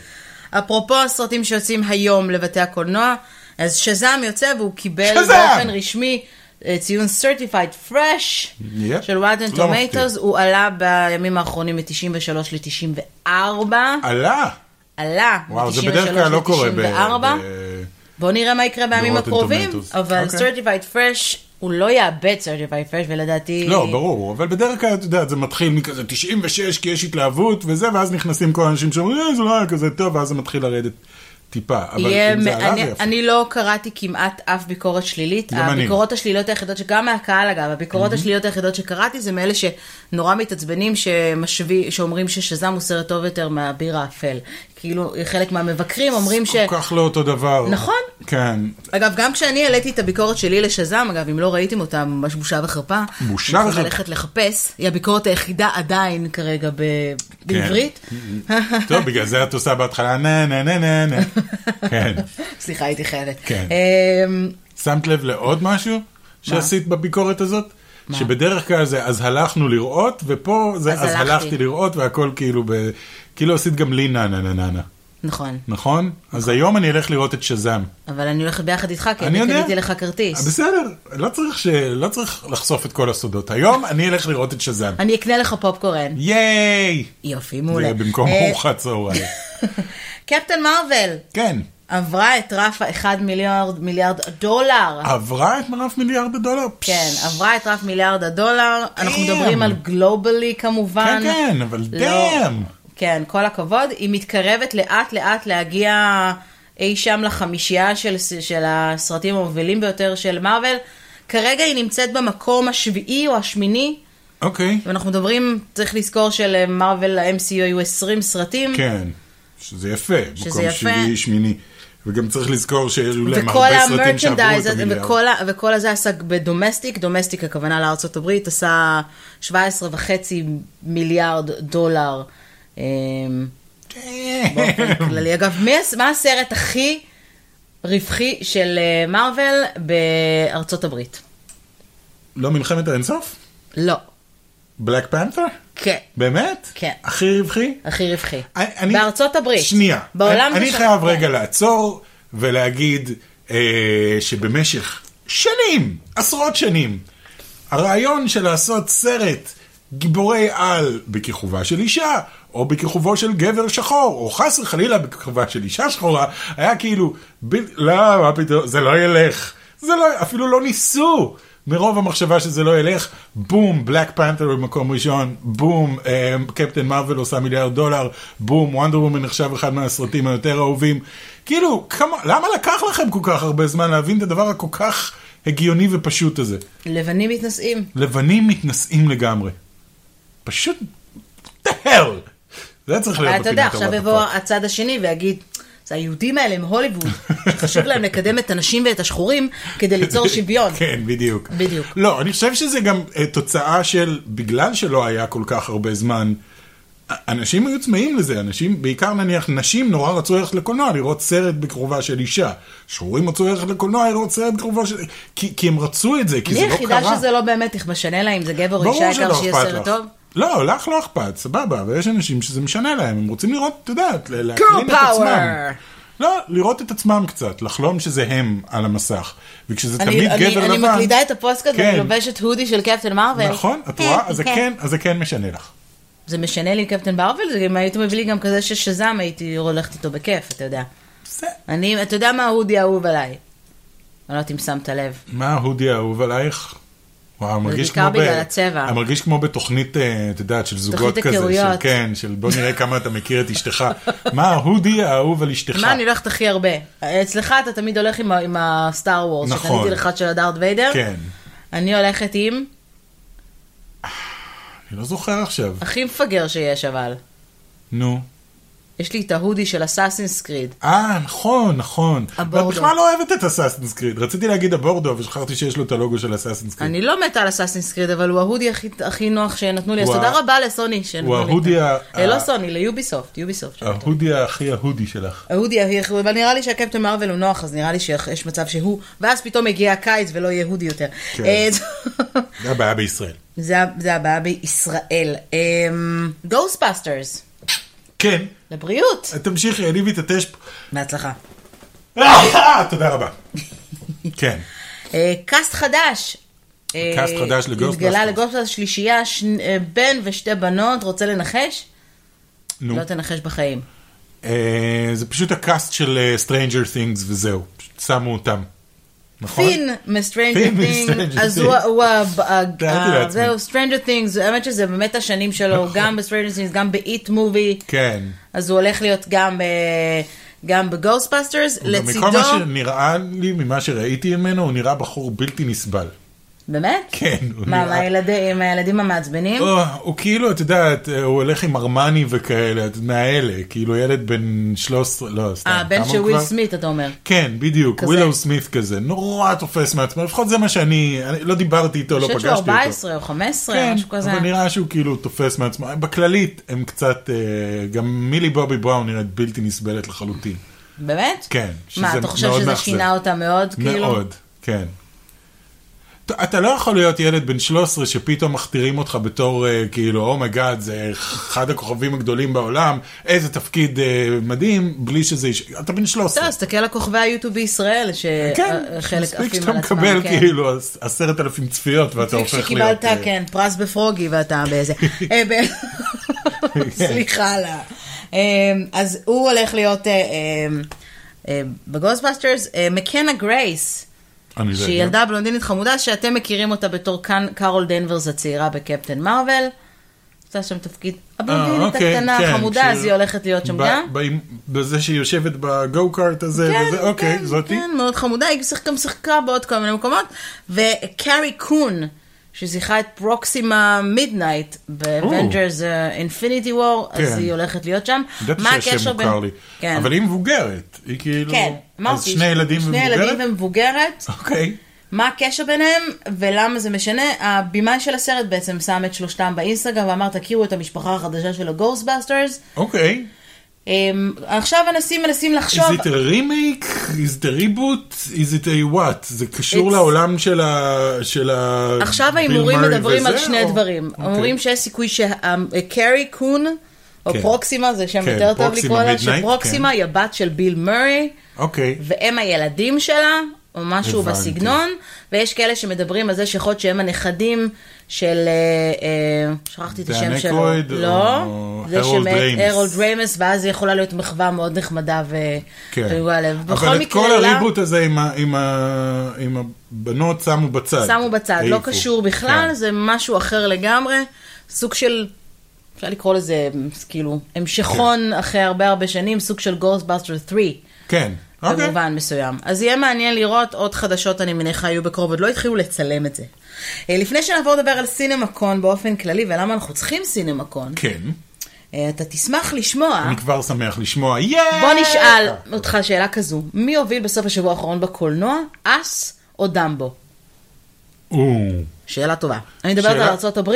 A: אפרופו הסרטים שיוצאים היום לבתי הקולנוע, אז שזאם יוצא והוא קיבל
B: שזאם!
A: באופן רשמי אה, ציון Certified Fresh
B: יפ,
A: של Rotten
B: לא מפתיע.
A: Tomatoes, הוא עלה בימים האחרונים מ-93 ל-94,
B: עלה!
A: עלה
B: וואו, זה בדרך כלל לא
A: מ-93
B: קורה ב...
A: ל-94,
B: ב-
A: בואו נראה מה יקרה בימים
B: ב-Rotten
A: הקרובים,
B: Tomatoes.
A: אבל
B: אוקיי.
A: Certified Fresh הוא לא יאבד certified fresh, ולדעתי...
B: לא, ברור, אבל בדרך כלל, את יודעת, זה מתחיל מכזה 96, כי יש התלהבות וזה, ואז נכנסים כל האנשים שאומרים, "אה, זה לא היה כזה טוב, ואז זה מתחיל לרדת טיפה. אבל
A: יהיה,
B: אם זה עלה, זה
A: אני,
B: יפה.
A: אני לא קראתי כמעט אף ביקורת שלילית.
B: גם אני לא.
A: הביקורות השליליות היחידות, שגם מהקהל אגב, הביקורות השליליות היחידות שקראתי זה מאלה שנורא מתעצבנים שמשווי, שאומרים ששזם הוא סרט טוב יותר מהביר האפל. כאילו, חלק מהמבקרים אומרים ש...
B: כל כך לא אותו דבר.
A: נכון.
B: כן.
A: אגב, גם כשאני העליתי את הביקורת שלי לשזם, אגב, אם לא ראיתם אותה, ממש בושה וחרפה. אני
B: בושה וחרפה.
A: צריכה ללכת לחפש. היא הביקורת היחידה עדיין כרגע ב...
B: כן.
A: בעברית.
B: טוב, בגלל זה את עושה בהתחלה נה נה נה נה
A: (laughs)
B: נה. כן.
A: סליחה, הייתי חיילת.
B: כן.
A: אמ,
B: שמת לב לעוד משהו שעשית בביקורת הזאת? שבדרך כלל זה אז הלכנו לראות, ופה זה
A: אז
B: אז
A: הלכתי.
B: הלכתי לראות, והכל כאילו ב... כאילו עשית גם לי נה נה נה נה נה,
A: נכון.
B: נכון? אז היום אני אלך לראות את שזאם.
A: אבל אני הולכת ביחד איתך, כי
B: אני
A: אני
B: יודע.
A: קניתי כן, לך כרטיס.
B: בסדר, לא צריך, ש... לא צריך לחשוף את כל הסודות. היום אני אלך לראות את שזאם.
A: אני אקנה לך פופקורן.
B: ייי!
A: יופי,
B: זה
A: מעולה.
B: יהיה במקום
A: אה,
B: ארוחת
A: (laughs)
B: צהריים.
A: קפטן מרוויל
B: כן,
A: עברה את רף ה-1 מיליארד מיליארד דולר.
B: עברה את מרף מיליארד הדולר?
A: אה. כן, עברה את רף מיליארד הדולר. אנחנו
B: Damn.
A: מדברים על גלובלי כמובן.
B: כן, כן, אבל
A: לא.
B: דאם.
A: כן, כל הכבוד. היא מתקרבת לאט לאט להגיע אי שם לחמישייה של, של הסרטים המובילים ביותר של מארוול. כרגע היא נמצאת במקום השביעי או השמיני.
B: אוקיי,
A: ואנחנו מדברים, צריך לזכור שלמרוויל ה-MCU היו 20 סרטים.
B: כן, שזה יפה,
A: שזה
B: מקום
A: יפה.
B: שביעי, שמיני. וגם צריך לזכור שהיו להם
A: וכל
B: הרבה סרטים שעברו את
A: המרצ'נדייז,
B: המיליארד.
A: וכל, ה- וכל הזה עסק בדומסטיק, דומסטיק הכוונה לארצות הברית, עשה 17 וחצי מיליארד דולר אמ,
B: כן. (laughs)
A: באופן כללי. אגב, מי, הס- מה הסרט הכי רווחי של אה, מארוול בארצות הברית?
B: לא מלחמת האינסוף?
A: לא.
B: בלק פנת'ר?
A: כן.
B: באמת?
A: כן.
B: הכי רווחי?
A: הכי רווחי.
B: אני-
A: בארצות הברית.
B: שנייה.
A: בעולם
B: אני,
A: זה
B: אני
A: שונה.
B: חייב רגע לעצור ולהגיד אה, שבמשך שנים, עשרות שנים, הרעיון של לעשות סרט גיבורי על בכיכובה של אישה, או בכיכובו של גבר שחור, או חס וחלילה בכיכובה של אישה שחורה, היה כאילו, ב... לא, מה פתאום, זה לא ילך. זה לא, אפילו לא ניסו. מרוב המחשבה שזה לא ילך, בום, בלק פנתר במקום ראשון, בום, אה, קפטן מרוויל עושה מיליארד דולר, בום, וונדר וומן נחשב אחד מהסרטים היותר אהובים. כאילו, כמה, למה לקח לכם כל כך הרבה זמן להבין את הדבר הכל כך הגיוני ופשוט הזה?
A: לבנים מתנשאים.
B: לבנים מתנשאים לגמרי. פשוט, the hell. זה היה צריך להיות
A: אתה יודע,
B: בפינת
A: עכשיו
B: הוואטאפאק.
A: יבוא הצד השני ויגיד, זה היהודים האלה הם הוליווד, שחשוב להם לקדם את הנשים ואת השחורים כדי
B: (laughs)
A: ליצור שוויון.
B: כן, בדיוק.
A: בדיוק.
B: לא, אני חושב שזה גם אה, תוצאה של, בגלל שלא היה כל כך הרבה זמן, א- אנשים היו צמאים לזה, אנשים, בעיקר נניח נשים נורא רצו ללכת לקולנוע לראות סרט בקרובה של אישה. שחורים רצו ללכת לקולנוע לראות סרט בקרובה של... כי, כי הם רצו את זה, כי
A: אני
B: זה לא קרה.
A: היחידה שזה לא באמת משנה לה אם זה גבר או אישה, העיקר שיהיה סרט טוב.
B: לא, לך לא אכפת, סבבה, אבל יש אנשים שזה משנה להם, הם רוצים לראות, את יודעת, ל-
A: Girl
B: להקרין את עצמם.
A: power!
B: לא, לראות את עצמם קצת, לחלום שזה הם על המסך. וכשזה
A: אני-
B: תמיד
A: אני-
B: גבר לבן...
A: אני מקלידה את הפוסטקאט
B: כן.
A: ואני לובשת הודי של קפטן מרוויל.
B: נכון, את רואה? אז זה כן, אז זה כן משנה לך.
A: זה משנה לי עם קפטן מרוויל, זה גם היית מביא לי גם כזה ששזם, הייתי הולכת איתו בכיף, אתה יודע.
B: זה-
A: אני, אתה יודע מה ההודי האהוב עליי? אני לא יודעת אם שמת לב.
B: מה ההודי האהוב עלייך? וואו, מרגיש
A: בעיקר
B: כמו ב...
A: בגלל הצבע.
B: אני מרגיש כמו בתוכנית, אה, את יודעת, של זוגות
A: תוכנית
B: כזה.
A: היכרויות.
B: של, כן, של בוא נראה כמה אתה מכיר את אשתך. מה ההודי האהוב על אשתך?
A: מה אני הולכת הכי הרבה? אצלך אתה תמיד הולך עם ה- עם הסטאר וורס,
B: נכון.
A: שקניתי לך של הדארט ויידר.
B: כן.
A: אני הולכת עם
B: אני לא זוכר עכשיו.
A: הכי מפגר שיש אבל.
B: נו.
A: יש לי את ההודי של אסאסינס קריד.
B: אה, נכון, נכון.
A: הבורדו.
B: ואת בכלל לא אוהבת את אסאסינס קריד. רציתי להגיד הבורדו, אבל שכחתי שיש לו את הלוגו של אסאסינס קריד.
A: אני לא מתה על אסאסינס קריד, אבל הוא ההודי הכי, הכי נוח שנתנו לי, אז
B: הוא
A: תודה
B: ה-
A: רבה לסוני שנתנו
B: הוא
A: לי. את
B: ההודי
A: זה.
B: ה-
A: אה, לא
B: ה- אה.
A: סוני, ליוביסופט, יוביסופט. שנתנו לי.
B: ההודי הכי ההודי שלך.
A: ההודי הכי הכי, אבל נראה לי שהקפטן מרוויל הוא נוח, אז נראה לי שיש מצב שהוא, ואז פתאום הגיע הקיץ ולא יהיה הודי יותר.
B: כן.
A: אה,
B: זה הבעיה בישראל.
A: (laughs) זה ה- זה הבעיה בישראל. גוסטבאסטרס,
B: כן,
A: לבריאות.
B: תמשיכי, אני מתעטש פה.
A: בהצלחה.
B: אה, תודה רבה. כן.
A: אה, קאסט חדש. אה,
B: קאסט חדש לגוסטבאסטרס.
A: התגלה לגוסטבאסטרס שלישייה, שני- אה, בן ושתי בנות, רוצה לנחש?
B: נו.
A: לא תנחש בחיים.
B: אה, זה פשוט הקאסט של אה, Stranger Things וזהו. פשוט שמו אותם. נכון?
A: פין מ-Stranger
B: פין
A: Things,
B: מ-Stranger
A: אז
B: Things.
A: הוא, הוא ה-
B: תיארתי
A: ה- אה,
B: לעצמי.
A: זהו, Stranger Things, האמת שזה באמת השנים שלו,
B: נכון.
A: גם ב-Stranger Things, גם ב-It Movie,
B: כן.
A: אז הוא הולך להיות גם, ב- גם ב-Ghostbusters, לצידו,
B: מכל מה שנראה לי, ממה שראיתי ממנו, הוא נראה בחור בלתי נסבל.
A: באמת?
B: כן, הוא
A: מה,
B: נראה-
A: מהילדי- עם הילדים המעצבנים?
B: הוא, הוא כאילו, את יודעת, הוא הולך עם ארמני וכאלה, את- מהאלה, כאילו ילד בן 13, לא, סתם.
A: אה, בן
B: כמה
A: של
B: הוא
A: וויל
B: כבר?
A: סמית, אתה אומר.
B: כן, בדיוק,
A: כזה.
B: ווילאו סמית כזה, נורא תופס מעצמו, לפחות זה מה שאני, אני לא דיברתי איתו,
A: אני
B: לא
A: חושבת
B: פגשתי
A: שהוא
B: אותו.
A: 14 או 15,
B: כן,
A: משהו כזה.
B: אבל נראה שהוא כאילו תופס מעצמו. בכללית, הם קצת, אה, גם מילי בובי בראון נראית בלתי נסבלת לחלוטין.
A: באמת?
B: כן,
A: מה,
B: שזה
A: אתה חושב
B: מאוד
A: שזה
B: מאכזב.
A: שינה אותה מאוד? כאילו?
B: מאוד, כן. ת- אתה לא יכול להיות ילד בן 13 שפתאום מכתירים אותך בתור אה, כאילו, אומייגאד, זה אחד הכוכבים הגדולים בעולם, איזה תפקיד אה, מדהים, בלי שזה... יש- אתה בן 13.
A: בסדר, תסתכל על כוכבי היוטיוב בישראל,
B: כן,
A: שחלק
B: מספיק
A: עפים
B: שאתה
A: אה, על עצמם.
B: מקבל
A: כן.
B: כאילו עש- עשרת אלפים צפיות ואתה
A: מספיק
B: הופך להיות...
A: שקיבלת,
B: אה,
A: כן, פרס בפרוגי ואתה באיזה... אה, ב- (laughs) סליחה על ה... אה, אז הוא הולך להיות אה, אה, אה, בגוסטבאסטרס, אה, מקנה גרייס,
B: אני לא
A: שהיא
B: יודע.
A: ילדה בלונדינית חמודה, שאתם מכירים אותה בתור קאן- קארול דנברס הצעירה בקפטן מרוויל. עושה שם תפקיד
B: אה,
A: הבלונדינית
B: אוקיי,
A: הקטנה
B: כן,
A: החמודה,
B: כשהיא-
A: אז היא הולכת להיות שם
B: ב-
A: גם.
B: ב- בזה שהיא יושבת בגו-קארט הזה, וזה, אוקיי,
A: כן,
B: זאתי.
A: כן, מאוד חמודה, היא שיחק- גם שיחקה בעוד כל מיני מקומות. וקארי קון, ששיחקה את פרוקסימה מידנייט באבנג'רס אה, אינפיניטי וור, אז
B: כן.
A: היא הולכת להיות שם.
B: ידעתי
A: מה
B: שהשם
A: הקשר בין-
B: מוכר לי.
A: כן,
B: אבל היא מבוגרת, היא כאילו...
A: כן,
B: אז
A: אמרתי,
B: שני ילדים
A: שני ילדים
B: ומבוגרת?
A: ומבוגרת.
B: אוקיי.
A: מה הקשר ביניהם ולמה זה משנה? הבמאי של הסרט בעצם שם את שלושתם באינסטגרם ואמר תכירו את המשפחה החדשה של הגוסטבאסטרס.
B: אוקיי.
A: עכשיו אנשים מנסים לחשוב...
B: Is it a remake? Is it a reboot? Is it a what? זה קשור
A: It's-
B: לעולם של ה... של ה...
A: עכשיו
B: ביל
A: ההימורים
B: מרי
A: מדברים על
B: וזה,
A: שני
B: או-
A: דברים.
B: אוקיי.
A: אומרים שיש סיכוי שקרי קון, או
B: כן.
A: פרוקסימה, זה שם
B: כן,
A: יותר טוב
B: פרוקסימה
A: לקרוא
B: כן.
A: לה,
B: מידנייט,
A: שפרוקסימה היא הבת של ביל מרי,
B: אוקיי.
A: והם הילדים שלה, או משהו
B: הבנתי.
A: בסגנון, ויש כאלה שמדברים על זה שיכול להיות שהם הנכדים של, אה, אה, שכחתי את
B: דן
A: השם שלו.
B: אקרויד או
A: לא, זה
B: הרולד ריימס.
A: הרולד ריימס, ואז יכולה להיות מחווה מאוד נחמדה ו...
B: כן.
A: רגועה לב. בכל
B: אבל את
A: מקרה, לא-
B: כל
A: לה-
B: הריבוט הזה עם ה- עם ה- עם הבנות שמו בצד.
A: שמו בצד, לא
B: אה, העיפו.
A: קשור בכלל,
B: כן.
A: זה משהו אחר לגמרי. סוג של, אפשר לקרוא לזה, כאילו, המשכון אחרי הרבה הרבה שנים, סוג של גוסטבאסטר 3,
B: כן, אוקיי.
A: במובן מסוים. אז יהיה מעניין לראות עוד חדשות, אני מניחה, יהיו בקרוב, עוד לא התחילו לצלם את זה. אה, לפני שנעבור לדבר על סינמקון באופן כללי, ולמה אנחנו צריכים סינמקון,
B: כן,
A: אה, אתה תשמח לשמוע.
B: אני כבר שמח לשמוע, יאיי!
A: בוא נשאל אותך שאלה כזו, מי הוביל בסוף השבוע האחרון בקולנוע, אס או דמבו?
B: או,
A: שאלה טובה. אני מדברת
B: שאלה-
A: על ארה"ב,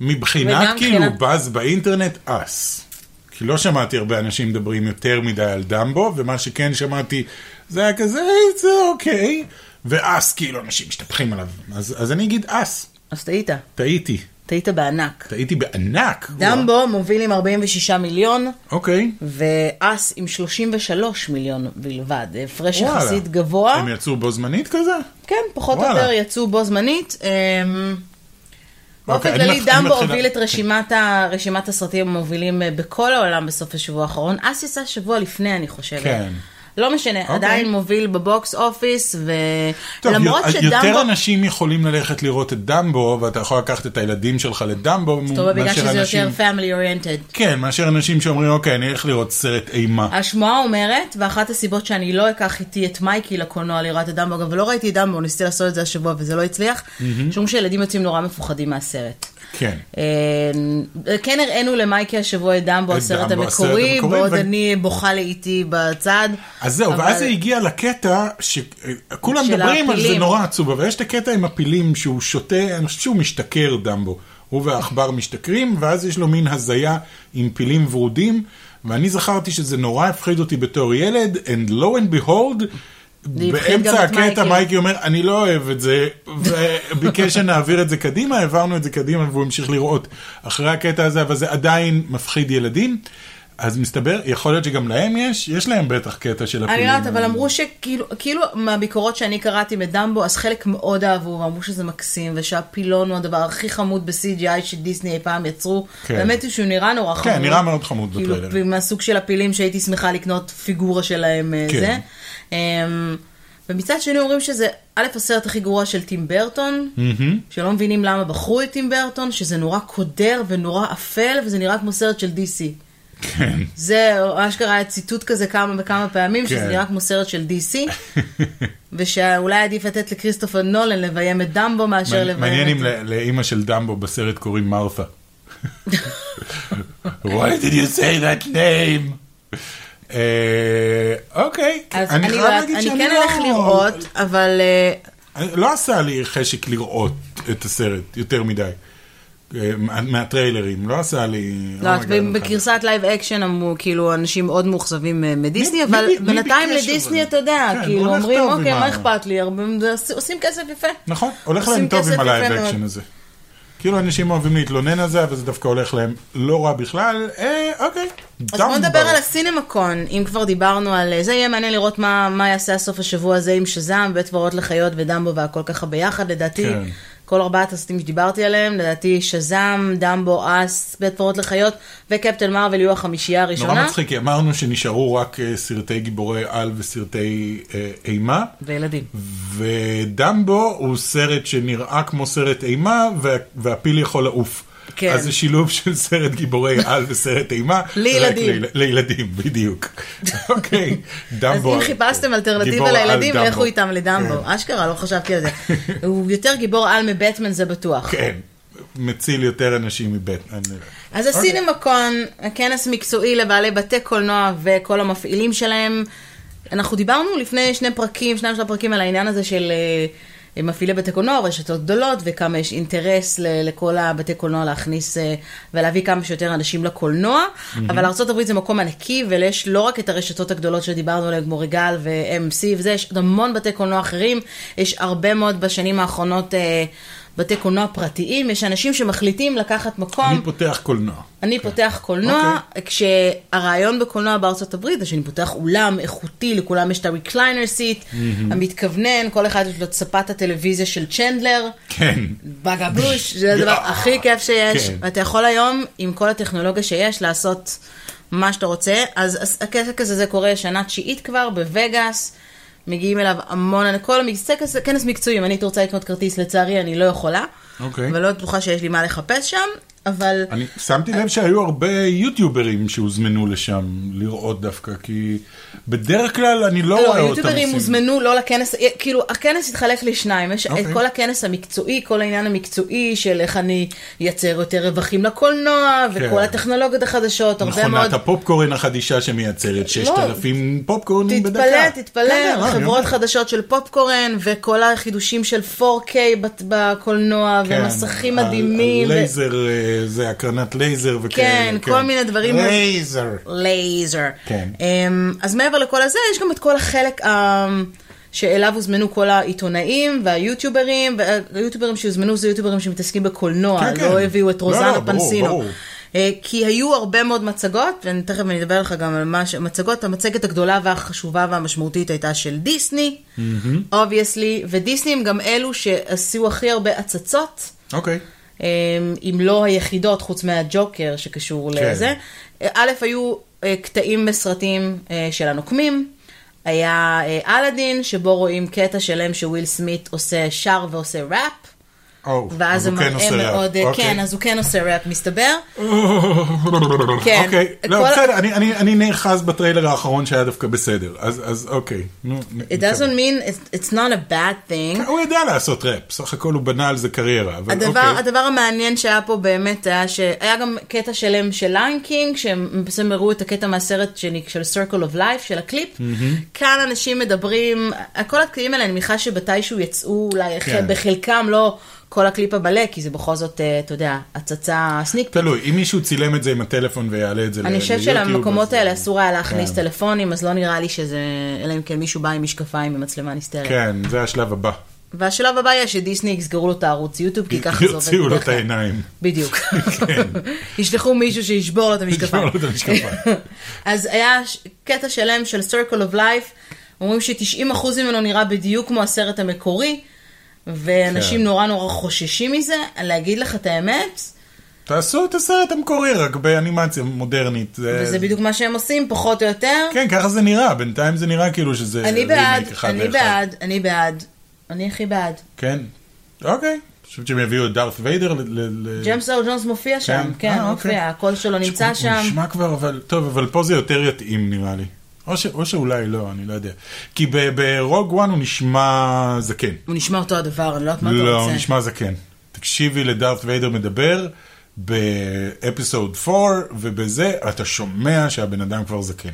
B: מבחינת
A: וגם
B: כאילו
A: מבחינת-
B: באז באינטרנט, אס. כי לא שמעתי הרבה אנשים מדברים יותר מדי על דמבו, ומה שכן שמעתי זה היה כזה, "היי, זה אוקיי, ואס כאילו אנשים משתפכים עליו. אז אז אני אגיד אס,
A: אז טעית,
B: טעיתי,
A: טעית בענק.
B: טעיתי בענק.
A: דמבו מוביל עם 46 מיליון,
B: אוקיי.
A: ואס עם 33 מיליון בלבד. הפרש
B: וואלה.
A: יחסית גבוה.
B: הם יצאו בו זמנית כזה?
A: כן, פחות או
B: וואלה.
A: יותר יצאו בו זמנית. אמ, באופן
B: אוקיי, אני
A: כללי,
B: מתח- אני
A: דמבו
B: מתחילה-
A: הוביל את רשימת ה- רשימת הסרטים המובילים אה, בכל העולם בסוף השבוע האחרון. אס יצא שבוע לפני, אני חושבת.
B: כן.
A: לא משנה,
B: אוקיי.
A: עדיין מוביל בבוקס אופיס,
B: טוב,
A: ולמרות
B: יו- יותר
A: שדמבו...
B: אנשים יכולים ללכת לראות את דמבו, ואתה יכול לקחת את הילדים שלך לדמבו, מאשר
A: טוב, בגלל שזה יותר
B: אנשים...
A: family oriented.
B: כן, מאשר אנשים שאומרים, אוקיי, אני אלך לראות סרט אימה.
A: השמועה אומרת, ואחת הסיבות שאני לא אקח איתי את מייקי לקולנוע לראות את דמבו, גם ולא לא ראיתי את דמבו, ניסיתי לעשות את זה השבוע וזה לא הצליח, משום שילדים יוצאים נורא מפוחדים מהסרט.
B: כן.
A: אה, כן הראינו למייקי השבוע את דמבו,
B: את
A: הסרט
B: דמבו, הסרט
A: המקורי,
B: המקורי,
A: בעוד
B: ואני-
A: אני בוכה לאיטי בצד.
B: אז זהו,
A: אבל-
B: ואז זה הגיע לקטע שכולם
A: של
B: מדברים על זה
A: הפילים.
B: נורא עצוב, אבל יש את הקטע עם הפילים שהוא שותה, אני חושב שהוא משתכר דמבו. הוא והעכבר משתכרים, ואז יש לו מין הזיה עם פילים ורודים, ואני זכרתי שזה נורא הפחיד אותי בתור ילד, and lo and behold,
A: הפחיד גם
B: באמצע
A: את מייקי.
B: הקטע מייקי אומר, אני לא אוהב את זה, וביקש שנעביר את זה קדימה, העברנו את זה קדימה, והוא המשיך לראות אחרי הקטע הזה, אבל זה עדיין מפחיד ילדים. אז מסתבר, יכול להיות שגם להם יש, יש להם בטח קטע של
A: אני
B: הפילים.
A: לא יודעת, אבל
B: האלה.
A: אמרו שכאילו, כאילו מהביקורות שאני קראתי מדמבו, אז חלק מאוד אהבו, ואמרו שזה מקסים, ושהפילון הוא הדבר הכי חמוד ב-CGI שדיסני אי פעם יצרו.
B: כן.
A: באמת הוא שהוא נראה נורא חמוד.
B: נראה מאוד חמוד
A: כאילו,
B: בטריילר.
A: מהסוג של הפילים שהייתי שמחה לקנות פיגורה שלהם אה,
B: כן.
A: זה. אמ, ומצד שני אומרים שזה, א', הסרט הכי גרוע של טים ברטון,
B: מהמם.
A: שלא מבינים למה בחרו את טים ברטון, שזה נורא קודר ונורא אפל, וזה נראה כמו סרט של DC.
B: כן.
A: זה אשכרה היה ציטוט כזה כמה וכמה פעמים, שזה
B: כן.
A: נראה כמו סרט של DC, ושאולי עדיף לתת לכריסטופר נולן לביים את דמבו מאשר לביים את...
B: מעניין אם ל- לאימא של דמבו בסרט קוראים מרת'ה. Why did you say that name? אה, אוקיי,
A: אז אני,
B: חייב
A: יודעת,
B: להגיד
A: אני
B: שאני
A: כן
B: לא-
A: אלך לראות, אבל אה,
B: אני- לא עשה לי חשק לראות את הסרט יותר מדי. אה, מה- מהטריילרים, לא עשה לי...
A: לא,
B: Oh my
A: את
B: God,
A: ב-
B: אני חייב.
A: בגרסת לייב אקשן אמרו, כאילו, אנשים מאוד מאוכזבים אה, מדיסני,
B: מי-
A: אבל
B: מי- מי
A: בינתיים
B: ביקש
A: לדיסני,
B: אבל?
A: אתה יודע,
B: כן,
A: כאילו,
B: הולך
A: אומרים,
B: טוב עם
A: אוקיי,
B: ה-
A: מה אכפת לי, הרבה- עושים כסף יפה.
B: נכון, הולך
A: עושים
B: להם טוב
A: כסף
B: עם הלייב
A: יפה
B: אקשן
A: מאוד.
B: הזה. כאילו אנשים אוהבים להתלונן על זה, אבל זה דווקא הולך להם לא רע בכלל. אה, אוקיי.
A: אז בוא נדבר על הסינמקון, אם כבר דיברנו על אה, זה, יהיה מעניין לראות מה מה יעשה הסוף השבוע הזה עם שזעם, בית קברות לחיות ודמבו והכל ככה ביחד, לדעתי,
B: כן.
A: כל ארבעת הסרטים שדיברתי עליהם, לדעתי שזעם, דמבו, אס, בית קברות לחיות וקפטן מרוויל יהיו החמישייה הראשונה.
B: נורא מצחיק, כי אמרנו שנשארו רק אה, סרטי גיבורי על וסרטי אה, אימה,
A: וילדים.
B: ודמבו הוא סרט שנראה כמו סרט אימה, וה- והפיל יכול לעוף.
A: כן.
B: אז זה שילוב של סרט גיבורי על וסרט אימה. רק
A: לילדים.
B: ליל- לילדים,
A: (laughs)
B: בדיוק. אוקיי,
A: אז
B: דמבו.
A: אם חיפשתם אלטרנטיבה
B: גיבור על
A: לילדים,
B: דמבו. כן.
A: לכו איתם לדמבו. אשכרה, לא חשבתי
B: (laughs)
A: על זה. הוא יותר גיבור על מבטמן, זה בטוח.
B: כן, מציל יותר אנשים מבטמן.
A: אז הסינמקון, הכנס מקצועי לבעלי בתי קולנוע וכל המפעילים שלהם. אנחנו דיברנו לפני שני פרקים, שניים של הפרקים על העניין הזה של אה, מפעילי בתי קולנוע, רשתות גדולות, וכמה יש אינטרס ל- לכל הבתי קולנוע להכניס אה, ולהביא כמה שיותר אנשים לקולנוע. אבל ארה"ב זה מקום ענקי, ויש לא רק את הרשתות הגדולות שדיברנו עליהן, כמו ריגל ו-MC וזה, יש עוד המון בתי קולנוע אחרים, יש הרבה מאוד בשנים האחרונות... אה, בתי קולנוע פרטיים, יש אנשים שמחליטים לקחת מקום.
B: אני פותח קולנוע.
A: אני פותח קולנוע,
B: אוקיי.
A: כשהרעיון בקולנוע בארצות הברית זה שאני פותח אולם איכותי, לכולם יש את ה-recliner seat, המתכוונן, כל אחד יש לו את ספת הטלוויזיה של צ'נדלר,
B: כן.
A: בגבוש, זה הדבר
B: אה,
A: הכי כיף שיש,
B: כן.
A: ואתה יכול היום, עם כל הטכנולוגיה שיש, לעשות מה שאתה רוצה. אז הס- הכסף הזה קורה שנה תשיעית כבר, בווגאס. מגיעים אליו המון, כל המק- זה כס- כנס מקצועי, אם אני הייתי רוצה לקנות כרטיס, לצערי אני לא יכולה.
B: אוקיי.
A: ולא בטוחה שיש לי מה לחפש שם, אבל...
B: אני שמתי לב שהיו הרבה יוטיוברים שהוזמנו לשם לראות דווקא, כי בדרך כלל אני לא
A: לא,
B: רואה אותם
A: היוטיוברים הוזמנו לא לכנס, כאילו הכנס התחלק לשניים, יש את
B: אוקיי.
A: כל הכנס המקצועי, כל העניין המקצועי של איך אני אייצר יותר רווחים לקולנוע, וכל
B: כן.
A: הטכנולוגיות החדשות, הרבה מאוד... לא,
B: מכונת נכון, הפופקורן החדישה שמייצרת 6,000 פופקורנים בדקה.
A: תתפלא,
B: כן,
A: תתפלא,
B: לא, אני
A: חברות
B: אומר.
A: חדשות של פופקורן, וכל החידושים של 4K בת- בקולנוע,
B: כן,
A: ומסכים
B: ה-
A: מדהימים. ו-
B: הלייזר, אה, זה הקרנת לייזר וכאלה.
A: כן, כל מיני דברים-
B: לייזר.
A: לייזר.
B: כן.
A: אמ, אז מעבר לכל הזה, יש גם את כל החלק אמ, שאליו הוזמנו כל העיתונאים והיוטיוברים, והיוטיוברים שהוזמנו זה יוטיוברים שמתעסקים בקולנוע,
B: כן,
A: לא
B: כן.
A: הביאו את
B: לא, לא,
A: רוזנה
B: ברור,
A: פנסינו.
B: ברור.
A: אה, כי היו הרבה מאוד מצגות, ותכף אני אדבר לך גם על מה ש... מצגות, המצגת הגדולה והחשובה והמשמעותית הייתה של דיסני, אובייסלי, ודיסני הם גם אלו שעשו הכי הרבה הצצות.
B: אוקיי.
A: אמ, אם לא היחידות, חוץ מהג'וקר שקשור
B: כן.
A: לזה. א', היו אה, קטעים בסרטים אה, של הנוקמים. היה אה, אלאדין, שבו רואים קטע שלם שוויל סמית עושה שר ועושה ראפ.
B: או,
A: ואז
B: אז
A: זה
B: הוא כן
A: מראה
B: עושה ראפ.
A: מאוד, אה,
B: אוקיי.
A: כן,
B: (laughs)
A: אז הוא כן עושה ראפ, מסתבר. כן.
B: אוקיי, לא,
A: כל-
B: בסדר, אני- אני אני נאחז בטריילר האחרון שהיה דווקא בסדר, אז אז אוקיי. נו,
A: It
B: נקווה.
A: doesn't mean, it's- it's not a bad thing.
B: הוא יודע לעשות ראפ, סך הכל הוא בנה על זה קריירה, אבל
A: הדבר,
B: אוקיי.
A: הדבר המעניין שהיה פה באמת היה שהיה גם קטע שלם של ליינקינג, שהם בעצם הראו את הקטע מהסרט שני, של Circle of Life, של הקליפ. Mm-hmm. כאן אנשים מדברים, כל הקטעים האלה, אני מניחה שבתאישהו יצאו אולי,
B: כן.
A: כן. בחלקם לא כל הקליפ המלא, כי זה בכל זאת, אה, אתה יודע, הצצה סניק פיק.
B: תלוי, אם מישהו צילם את זה עם הטלפון ויעלה את כן, זה ל-
A: אני
B: ליוטיוב,
A: חושב שלמקומות
B: אז-
A: האלה אסור היה להכניס
B: כן.
A: טלפונים, אז לא נראה לי שזה, אלא אם כן מישהו בא עם משקפיים ומצלמה נסתרת.
B: כן, זה השלב הבא.
A: והשלב הבא יהיה שדיסני יסגרו לו את הערוץ יוטיוב, כי ככה זה עובד.
B: יוציאו לו
A: בדרך
B: את
A: כלל.
B: העיניים.
A: בדיוק. ישלחו מישהו שישבור לו את
B: ישבור
A: המשקפיים.
B: כן. לו את המשקפיים.
A: (laughs) אז היה ש- קטע שלם של Circle of Life, אומרים ש-90% ממנו נראה בדיוק כמו הסרט המקורי, ואנשים
B: כן.
A: נורא נורא חוששים מזה. להגיד לך את האמת,
B: תעשו את הסרט המקורי, רק באנימציה מודרנית. זה-
A: וזה בדיוק מה שהם עושים, פחות או יותר.
B: כן, ככה זה נראה, בינתיים זה נראה כאילו שזה
A: אני
B: remake
A: בעד,
B: אחד
A: אני
B: לאחד.
A: בעד, אני בעד. אני הכי בעד.
B: כן, אוקיי. חושבת שהם יביאו את דארת ויידר ל- ל... ל-
A: ג'יימס אול ג'ונס מופיע שם,
B: אה,
A: כן,
B: אוקיי.
A: מופיע, הקול שלו
B: הוא-
A: נמצא
B: הוא
A: שם.
B: נשמע כבר, אבל... טוב, אבל פה זה יותר יתאים נראה לי. או, ש... או שאולי לא, אני לא יודע. כי ב- ברוג וואן הוא נשמע זקן.
A: הוא נשמע אותו הדבר, אני לא יודעת מה אתה
B: לא, הוא
A: רוצה.
B: נשמע זקן. תקשיבי לדארת ויידר מדבר באפיסוד 4, ובזה אתה שומע שהבן אדם כבר זקן.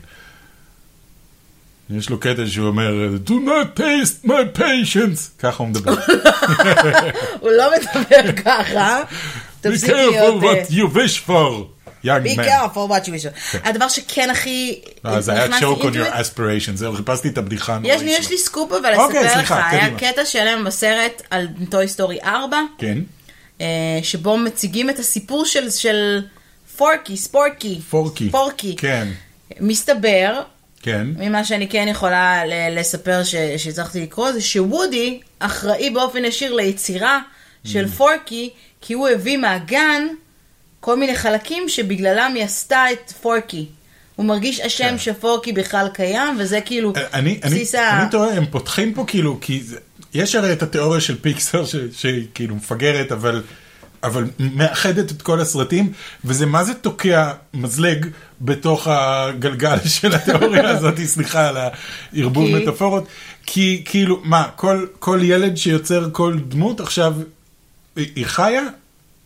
B: יש לו קטע שהוא אומר, Do not taste my patience. ככה הוא מדבר.
A: הוא לא מדבר
B: (laughs)
A: ככה.
B: Be
A: (laughs) תפסיק
B: careful
A: להיות... אה,
B: what you wish for, young
A: Be
B: man.
A: careful what you wish. הדבר שכן הכי...
B: אה, זה היה
A: נכנסתי
B: choke on
A: into it-
B: your aspirations, זהו, חיפשתי את הבדיחה הנוראית
A: יש לי, יש לי סקופ אבל
B: אוקיי,
A: לספר לך,
B: סליחה,
A: היה
B: קדימה.
A: קטע שלם בסרט על טוי סטורי 4,
B: כן,
A: אה, שבו מציגים את הסיפור של, של פורקי, ספורקי.
B: פורקי.
A: פורקי.
B: כן,
A: מסתבר,
B: כן.
A: ממה שאני כן יכולה ל- לספר ש- שהצלחתי לקרוא, זה שוודי אחראי באופן ישיר ליצירה של
B: Mm.
A: פורקי, כי הוא הביא מהגן כל מיני חלקים שבגללם היא עשתה את פורקי. הוא מרגיש אשם שפורקי בכלל קיים, וזה כאילו
B: כן. אה, אני, אני,
A: בסיס ה...
B: אני טועה, הם פותחים פה כאילו, כי זה, יש הרי את התיאוריה של פיקסר ש- שהיא כאילו מפגרת, אבל, אבל מאחדת את כל הסרטים, וזה מה זה תוקע מזלג בתוך הגלגל (laughs) של התיאוריה הזאת, סליחה על הערבוב
A: כי?
B: מטאפורות, כי כאילו, מה, כל, כל ילד שיוצר כל דמות עכשיו, היא, היא חיה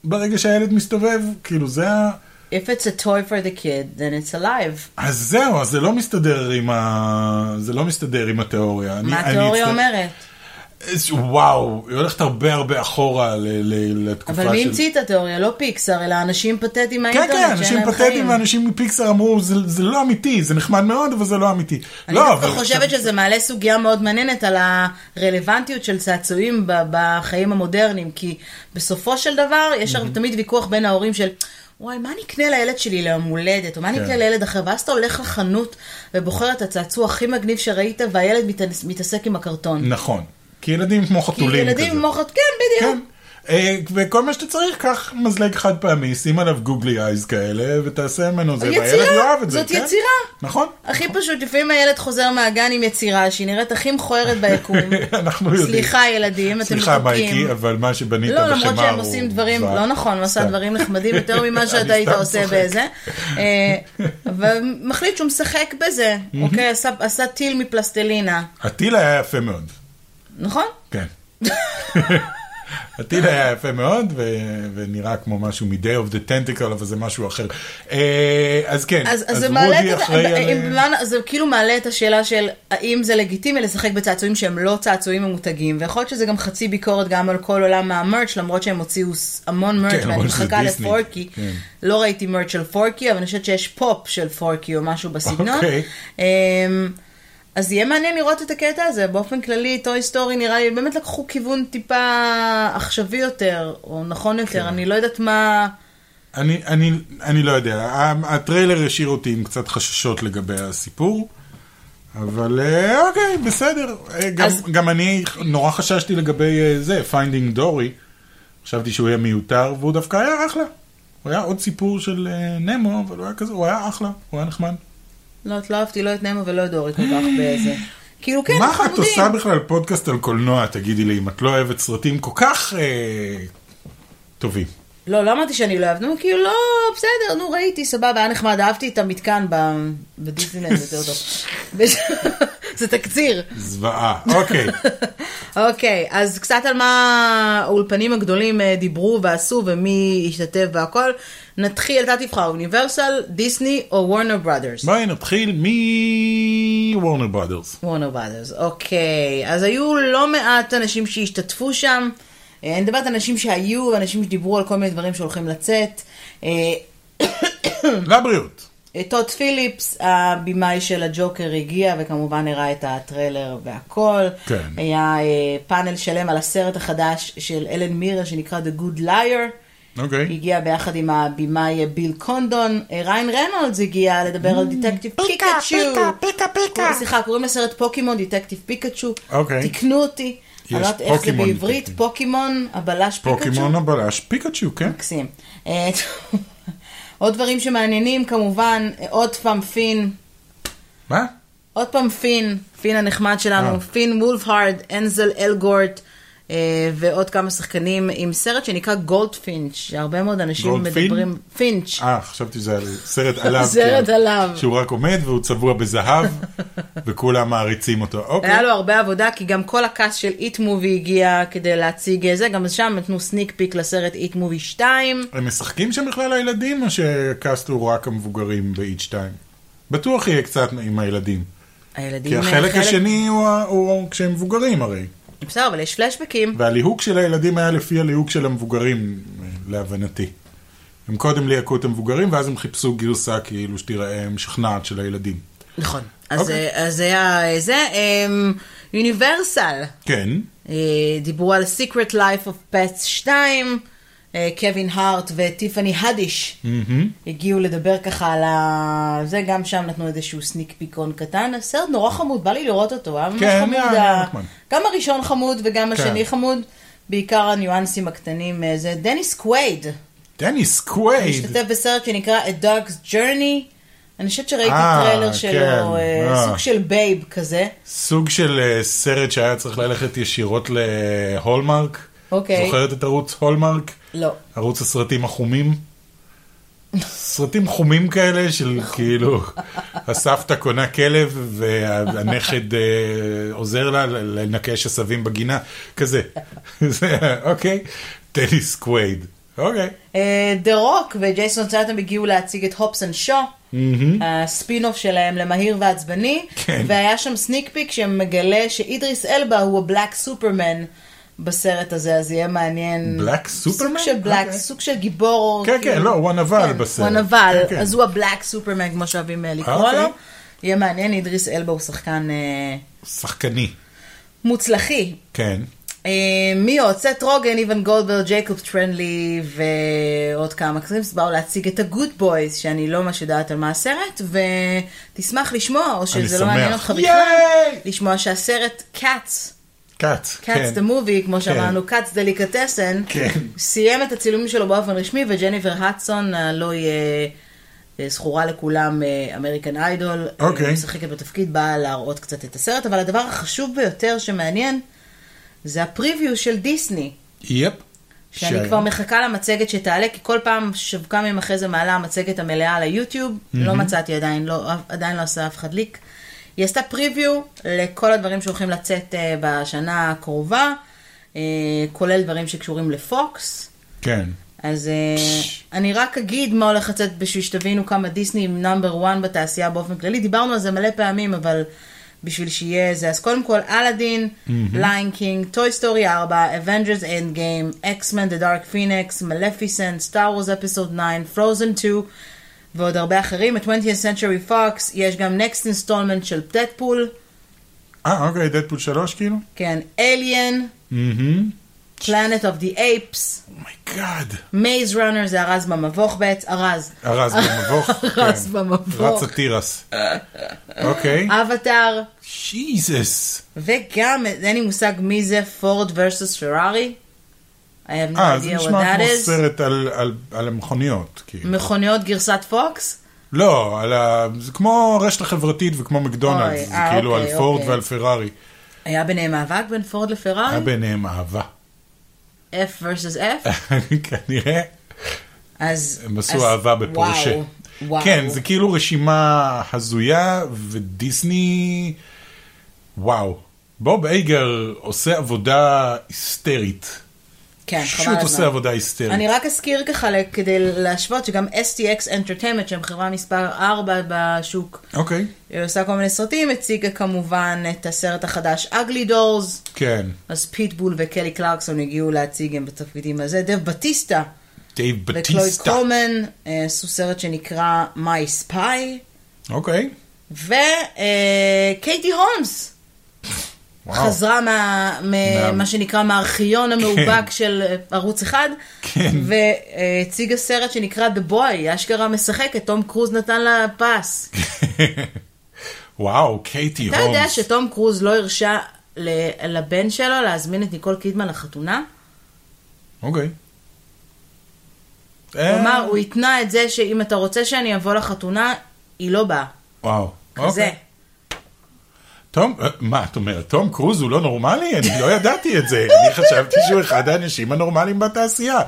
B: ברגע שהילד מסתובב? כאילו זה ה...
A: If it's a toy for the kid, then it's alive.
B: אז זהו, אז זה לא מסתדר עם, ה... זה לא מסתדר עם התיאוריה. אני-
A: מה
B: אני
A: התיאוריה
B: אצטרך-
A: אומרת?
B: איזשהו- וואו, היא הולכת הרבה הרבה אחורה ל- ל- לתקופה של...
A: אבל מי המציא את התיאוריה? לא פיקסר, אלא אנשים פתטיים
B: כן,
A: מהאינטרנט
B: כן,
A: שאין
B: אנשים
A: להם
B: פתטיים
A: חיים.
B: ואנשים מפיקסר אמרו, "זה- זה לא אמיתי, זה נחמד מאוד, אבל זה לא אמיתי.
A: אני
B: לא,
A: דווקא
B: אבל
A: חושבת שזה מעלה סוגיה מאוד מעניינת על הרלוונטיות של צעצועים ב- בחיים המודרניים, כי בסופו של דבר יש הרי תמיד ויכוח בין ההורים של... וואי, מה אני אקנה לילד שלי ליום הולדת, או מה אני
B: כן.
A: אקנה לילד אחר? ואז אתה הולך לחנות ובוחר את הצעצוע הכי מגניב שראית, והילד מת- מתעסק עם הקרטון.
B: נכון, כי ילדים כמו
A: כי
B: חתולים כזה.
A: ילדים מוחת, כן, בדיוק.
B: כן. אה, וכל מה שאתה צריך, קח מזלג חד פעמי, שים עליו גוגלי אייז כאלה, ותעשה ממנו זה,
A: יצירה,
B: והילד יאהב את זה.
A: זאת
B: כן?
A: יצירה.
B: נכון.
A: הכי פשוט, לפעמים הילד חוזר מהגן עם יצירה שהיא נראית הכי מכוערת
B: (laughs)
A: ביקום.
B: אנחנו לא יודעים.
A: אה, סליחה ילדים, אתם
B: סליחה
A: מתוקים.
B: מייקי, אבל מה שבנית
A: לא,
B: בחמר
A: למרות שהם
B: הוא
A: עושים דברים,
B: זוועה.
A: לא נכון, הוא עשה
B: סתם.
A: דברים נחמדים יותר ממה
B: אני
A: שאתה היית
B: סתם
A: עושה
B: צוחק.
A: בזה. אה, אבל מחליט שהוא משחק בזה, אוקיי? עשה- עשה טיל מפלסטלינה,
B: הטיל היה יפה מאוד.
A: נכון?
B: כן. (laughs) הטיל היה יפה מאוד, ו- ונראה כמו משהו מ-day of the tentacle, אבל זה משהו אחר. אה, אז כן,
A: אז אז זה מעלה
B: וודי
A: את
B: אחראי על- אה,
A: אם- מה- זה כאילו מעלה את השאלה של האם זה לגיטימי לשחק בצעצועים שהם לא צעצועים ממותגים, ויכול להיות שזה גם חצי ביקורת גם על כל עולם המרץ', למרות שהם הוציאו ס- המון מרץ',
B: כן,
A: ואני
B: אבל זה
A: מחכה
B: דיסני.
A: לפורקי.
B: כן.
A: לא ראיתי מרץ' של פורקי, אבל אני חושבת שיש פופ של פורקי או משהו בסגנון.
B: אוקיי.
A: אמ, אז יהיה מעניין לראות את הקטע הזה. באופן כללי, טוי סטורי נראה לי, באמת לקחו כיוון טיפה עכשווי יותר, או נכון
B: כן.
A: יותר, אני לא יודעת מה...
B: אני, אני, אני לא יודע, ה- הטריילר השאיר אותי עם קצת חששות לגבי הסיפור, אבל אה, אוקיי, בסדר. אה, גם,
A: אז-
B: גם אני נורא חששתי לגבי אה, זה, פיינדינג דורי, חשבתי שהוא יהיה מיותר, והוא דווקא היה אחלה. הוא היה עוד סיפור של אה, נמו, אבל הוא היה כזה, הוא היה אחלה, הוא היה נחמד.
A: לא, את לא אהבתי לא את נמו ולא את דורי כל כך
B: (gasps)
A: באיזה. כאילו, כן,
B: מה
A: אנחנו
B: את עושה
A: יודעים.
B: בכלל פודקאסט על קולנוע, תגידי לי, אם את לא אוהבת סרטים כל כך אה, טובים?
A: לא, לא אמרתי שאני לא אוהבת, נו, כאילו, לא, בסדר, נו, ראיתי, סבבה, היה נחמד, אהבתי את המתקן ב- בדיסנילנד, זה
B: (laughs)
A: יותר טוב. (laughs) זה תקציר. (laughs)
B: זוועה, אוקיי.
A: אוקיי, אז קצת על מה האולפנים הגדולים אה, דיברו ועשו ומי השתתף והכל. נתחיל, אתה תבחר, אוניברסל, דיסני או וורנר ברודרס?
B: בואי נתחיל מוורנר ברודרס.
A: וורנר ברודרס, אוקיי. אז היו לא מעט אנשים שהשתתפו שם. אה, אני מדברת על אנשים שהיו, ואנשים שדיברו על כל מיני דברים שהולכים לצאת. אה,
B: לבריאות.
A: טוד פיליפס, הבמאי של הג'וקר הגיע וכמובן הראה את הטריילר והכל.
B: כן.
A: היה אה, פאנל שלם על הסרט החדש של אלן מירר שנקרא The Good Liar.
B: אוקיי.
A: הגיע ביחד עם הבמאי ביל קונדון. אה, ריין רנולדס הגיע לדבר על
B: Mm.
A: דטקטיב פיקאצ'ו.
B: פיקה,
A: קוראים- סליחה, קוראים לסרט פוקימון דטקטיב פיקאצ'ו.
B: אוקיי.
A: תקנו אותי. אני לא יודעת איך זה
B: פוקימון.
A: בעברית, פוקימון, הבלש פיקאצ'ו.
B: פוקימון לא- הבלש, פיקאצ'ו, כן.
A: מקסים. אה, (laughs) עוד דברים שמעניינים, כמובן, אה, עוד פעם פין,
B: מה?
A: עוד פעם פין, פין הנחמד שלנו,
B: אה.
A: פין וולפהרד, אנזל אלגורט, אה, ועוד כמה שחקנים עם סרט שנקרא גולדפינץ', שהרבה מאוד אנשים
B: גולדפין?
A: מדברים... פינץ'.
B: אה, חשבתי שזה על
A: (laughs)
B: סרט עליו.
A: סרט
B: כן.
A: עליו.
B: שהוא רק עומד והוא צבוע
A: (laughs)
B: בזהב, וכולם מעריצים אותו. אוקיי.
A: היה לו הרבה עבודה, כי גם כל הקאסט של איט מובי הגיע כדי להציג את זה, גם שם נתנו סניק פיק לסרט איט מובי 2.
B: הם משחקים שם בכלל הילדים, או שהקאסט הוא רק המבוגרים באיד 2? בטוח יהיה קצת עם הילדים.
A: הילדים... אה,
B: כי החלק השני הוא ה- הוא כשהם מבוגרים הרי.
A: בסדר, אבל יש פלשבקים.
B: והליהוק של הילדים היה לפי הליהוק של המבוגרים, אה, להבנתי. הם קודם ליהקו את המבוגרים, ואז הם חיפשו גרסה כאילו שתיראה משכנעת של הילדים.
A: נכון. אז
B: אוקיי.
A: אה, אז היה אה, זה, אמ, יוניברסל.
B: כן,
A: אה, דיברו על Secret Life of Pets 2, אה, קווין הארט וטיפני הדיש הגיעו לדבר ככה על ה... זה, גם שם נתנו איזשהו סניק פיקון קטן. הסרט נורא חמוד, בא לי לראות אותו, היה ממש
B: כן,
A: חמוד.
B: היה- היה
A: ה-
B: נחמד.
A: גם הראשון חמוד וגם
B: כן.
A: השני חמוד, בעיקר הניואנסים הקטנים. אה, זה דניס קווייד,
B: דניס קווייד.
A: השתתף בסרט שנקרא A Dog's Journey. אני חושבת שראיתי
B: אה,
A: טריילר
B: כן,
A: שלו, אה,
B: אה.
A: סוג של בייב כזה.
B: סוג של אה, סרט שהיה צריך ללכת ישירות להולמרק.
A: אוקיי.
B: זוכרת את ערוץ הולמרק?
A: לא.
B: ערוץ הסרטים החומים? סרטים חומים כאלה של
A: נכון.
B: כאילו, הסבתא קונה כלב והנכד אה, עוזר לה לנקש עשבים בגינה, כזה. זה, אוקיי, טניס קווייד. אוקיי.
A: אה, דה רוק וג'ייסון סטאטם הגיעו להציג את הופס אנד שו, הספינוף שלהם למהיר ועצבני,
B: Hmm? כן.
A: והיה שם סניק פיק שמגלה שאידריס אלבה הוא הבלק סופרמן בסרט הזה, אז יהיה מעניין.
B: בלק
A: סוג
B: סופרמן?
A: של בלק,
B: אוקיי.
A: סוג של גיבור. כאילו.
B: כן, כן, לא, הוא הנבל בסרט.
A: הוא הנבל,
B: כן, כן.
A: אז הוא הבלק סופרמן, כמו שאוהבים אה, לקרוא
B: אוקיי.
A: לו. יהיה מעניין, אידריס אלבה הוא שחקן אה,
B: שחקני.
A: מוצלחי.
B: כן.
A: אה, מי עוד? סט רוגן, איוון גולדברג, ג'ייקוב טרנלי ועוד כמה קרימס באו להציג את הגוד בויז, שאני לא ממש יודעת על מה הסרט, ותשמח לשמוע, או
B: אני
A: שזה לא
B: שמח.
A: מעניין אותך בכלל,
B: ייי!
A: לשמוע שהסרט קאץ,
B: קאט.
A: קאץ דה מובי, כמו שאמרנו, קאץ דליקטסן,
B: כן.
A: סיים את הצילומים שלו באופן רשמי, וג'ניבר הדסון, הלוא היא אה, אה, זכורה לכולם, אה, אמריקן איידול,
B: אוקיי.
A: אה, משחקת בתפקיד, באה להראות קצת את הסרט, אבל הדבר החשוב ביותר שמעניין, זה הפריוויו של דיסני.
B: יפ.
A: שאני
B: שי.
A: כבר מחכה למצגת שתעלה, כי כל פעם, שב- כמה ימים אחרי זה מעלה המצגת המלאה על היוטיוב, לא מצאתי עדיין, לא, אף- עדיין לא עשה אף אחד ליק. היא עשתה פריוויו לכל הדברים שהולכים לצאת אה, בשנה הקרובה, אה, כולל דברים שקשורים לפוקס.
B: כן.
A: אז אה,
B: פש.
A: אני רק אגיד מה הולך לצאת בשביל שתבינו כמה דיסני עם נאמבר 1 בתעשייה באופן כללי. דיברנו על זה מלא פעמים, אבל בשביל שיהיה זה. אז קודם כל, אלאדין, ליין קינג, טוי סטורי 4, אבנג'רס אנד גיים, אקסמן, דה דארק פיניקס, מלפיסנט, סטאר וורס אפיסוד 9, פרוזן 2, ועוד הרבה אחרים. את 20th Century Fox, יש גם Next Installment של דדפול,
B: אה, אוקיי, דדפול 3 כאילו?
A: כן, Alien,
B: מהמם.
A: Planet of the Apes,
B: Oh אומייגאד.
A: Maze Runner זה ארז במבוך בעץ, ארז.
B: ארז במבוך.
A: ארז
B: כן.
A: במבוך. אה.
B: רץ התירס. אוקיי.
A: אבטאר,
B: שיזס.
A: וגם, אין לי מושג מי זה פורד versus פרארי. I have no
B: אה, זה
A: idea what
B: נשמע
A: that
B: כמו
A: is.
B: סרט על- על- על המכוניות. כאילו.
A: מכוניות גרסת פוקס?
B: לא, על ה- זה כמו רשת החברתית וכמו
A: אוי,
B: מקדונלדס. זה
A: אה,
B: כאילו על
A: אוקיי,
B: פורד
A: אוקיי.
B: ועל פרארי.
A: היה ביניהם מאבק בין פורד
B: היה
A: לפרארי?
B: ביניהם אהבה. (laughs)
A: F versus F?
B: כנראה.
A: אז...
B: הם
A: אז-
B: עשו אהבה בפורשה.
A: וואו, וואו.
B: כן, זה כאילו רשימה הזויה, ודיסני... וואו. בוב אייגר עושה עבודה היסטרית.
A: כן, חבל
B: פשוט
A: על
B: עושה
A: הזמן.
B: עבודה היסטרית.
A: אני רק אזכיר ככה ל- כדי להשוות שגם STX Entertainment, שהם חברה מספר 4 בשוק,
B: אוקיי.
A: היא עושה כל מיני סרטים, הציגה כמובן את הסרט החדש Ugly Dolls.
B: כן.
A: אז פיטבול וקלי קלרקסון הגיעו להציג הם בתפקידים הזה. דב בטיסטה
B: דייב
A: וקלוי
B: בטיסטה.
A: קולמן אה, עשו סרט שנקרא My Spy,
B: אוקיי.
A: וקייטי הולמס
B: וואו. (laughs)
A: חזרה מה-
B: מה-
A: ממה שנקרא מהארכיון המאובק של אה, ערוץ אחד,
B: כן.
A: והציגה סרט שנקרא The Boy, היא אשכרה משחקת, תום קרוז נתן לה פס.
B: וואו, קייטי
A: אתה יודע
B: הולמס.
A: שתום קרוז לא הרשה ל- לבן שלו להזמין את ניקול קידמן לחתונה.
B: אוקיי. אה,
A: כלומר, הוא התנה את זה שאם אתה רוצה שאני אבוא לחתונה, היא לא באה.
B: וואו.
A: כזה.
B: אוקיי. תום, אה, מה את אומרת? תום קרוז הוא לא נורמלי? אני לא ידעתי את זה. אני חשבתי שהוא אחד האנשים הנורמליים בתעשייה.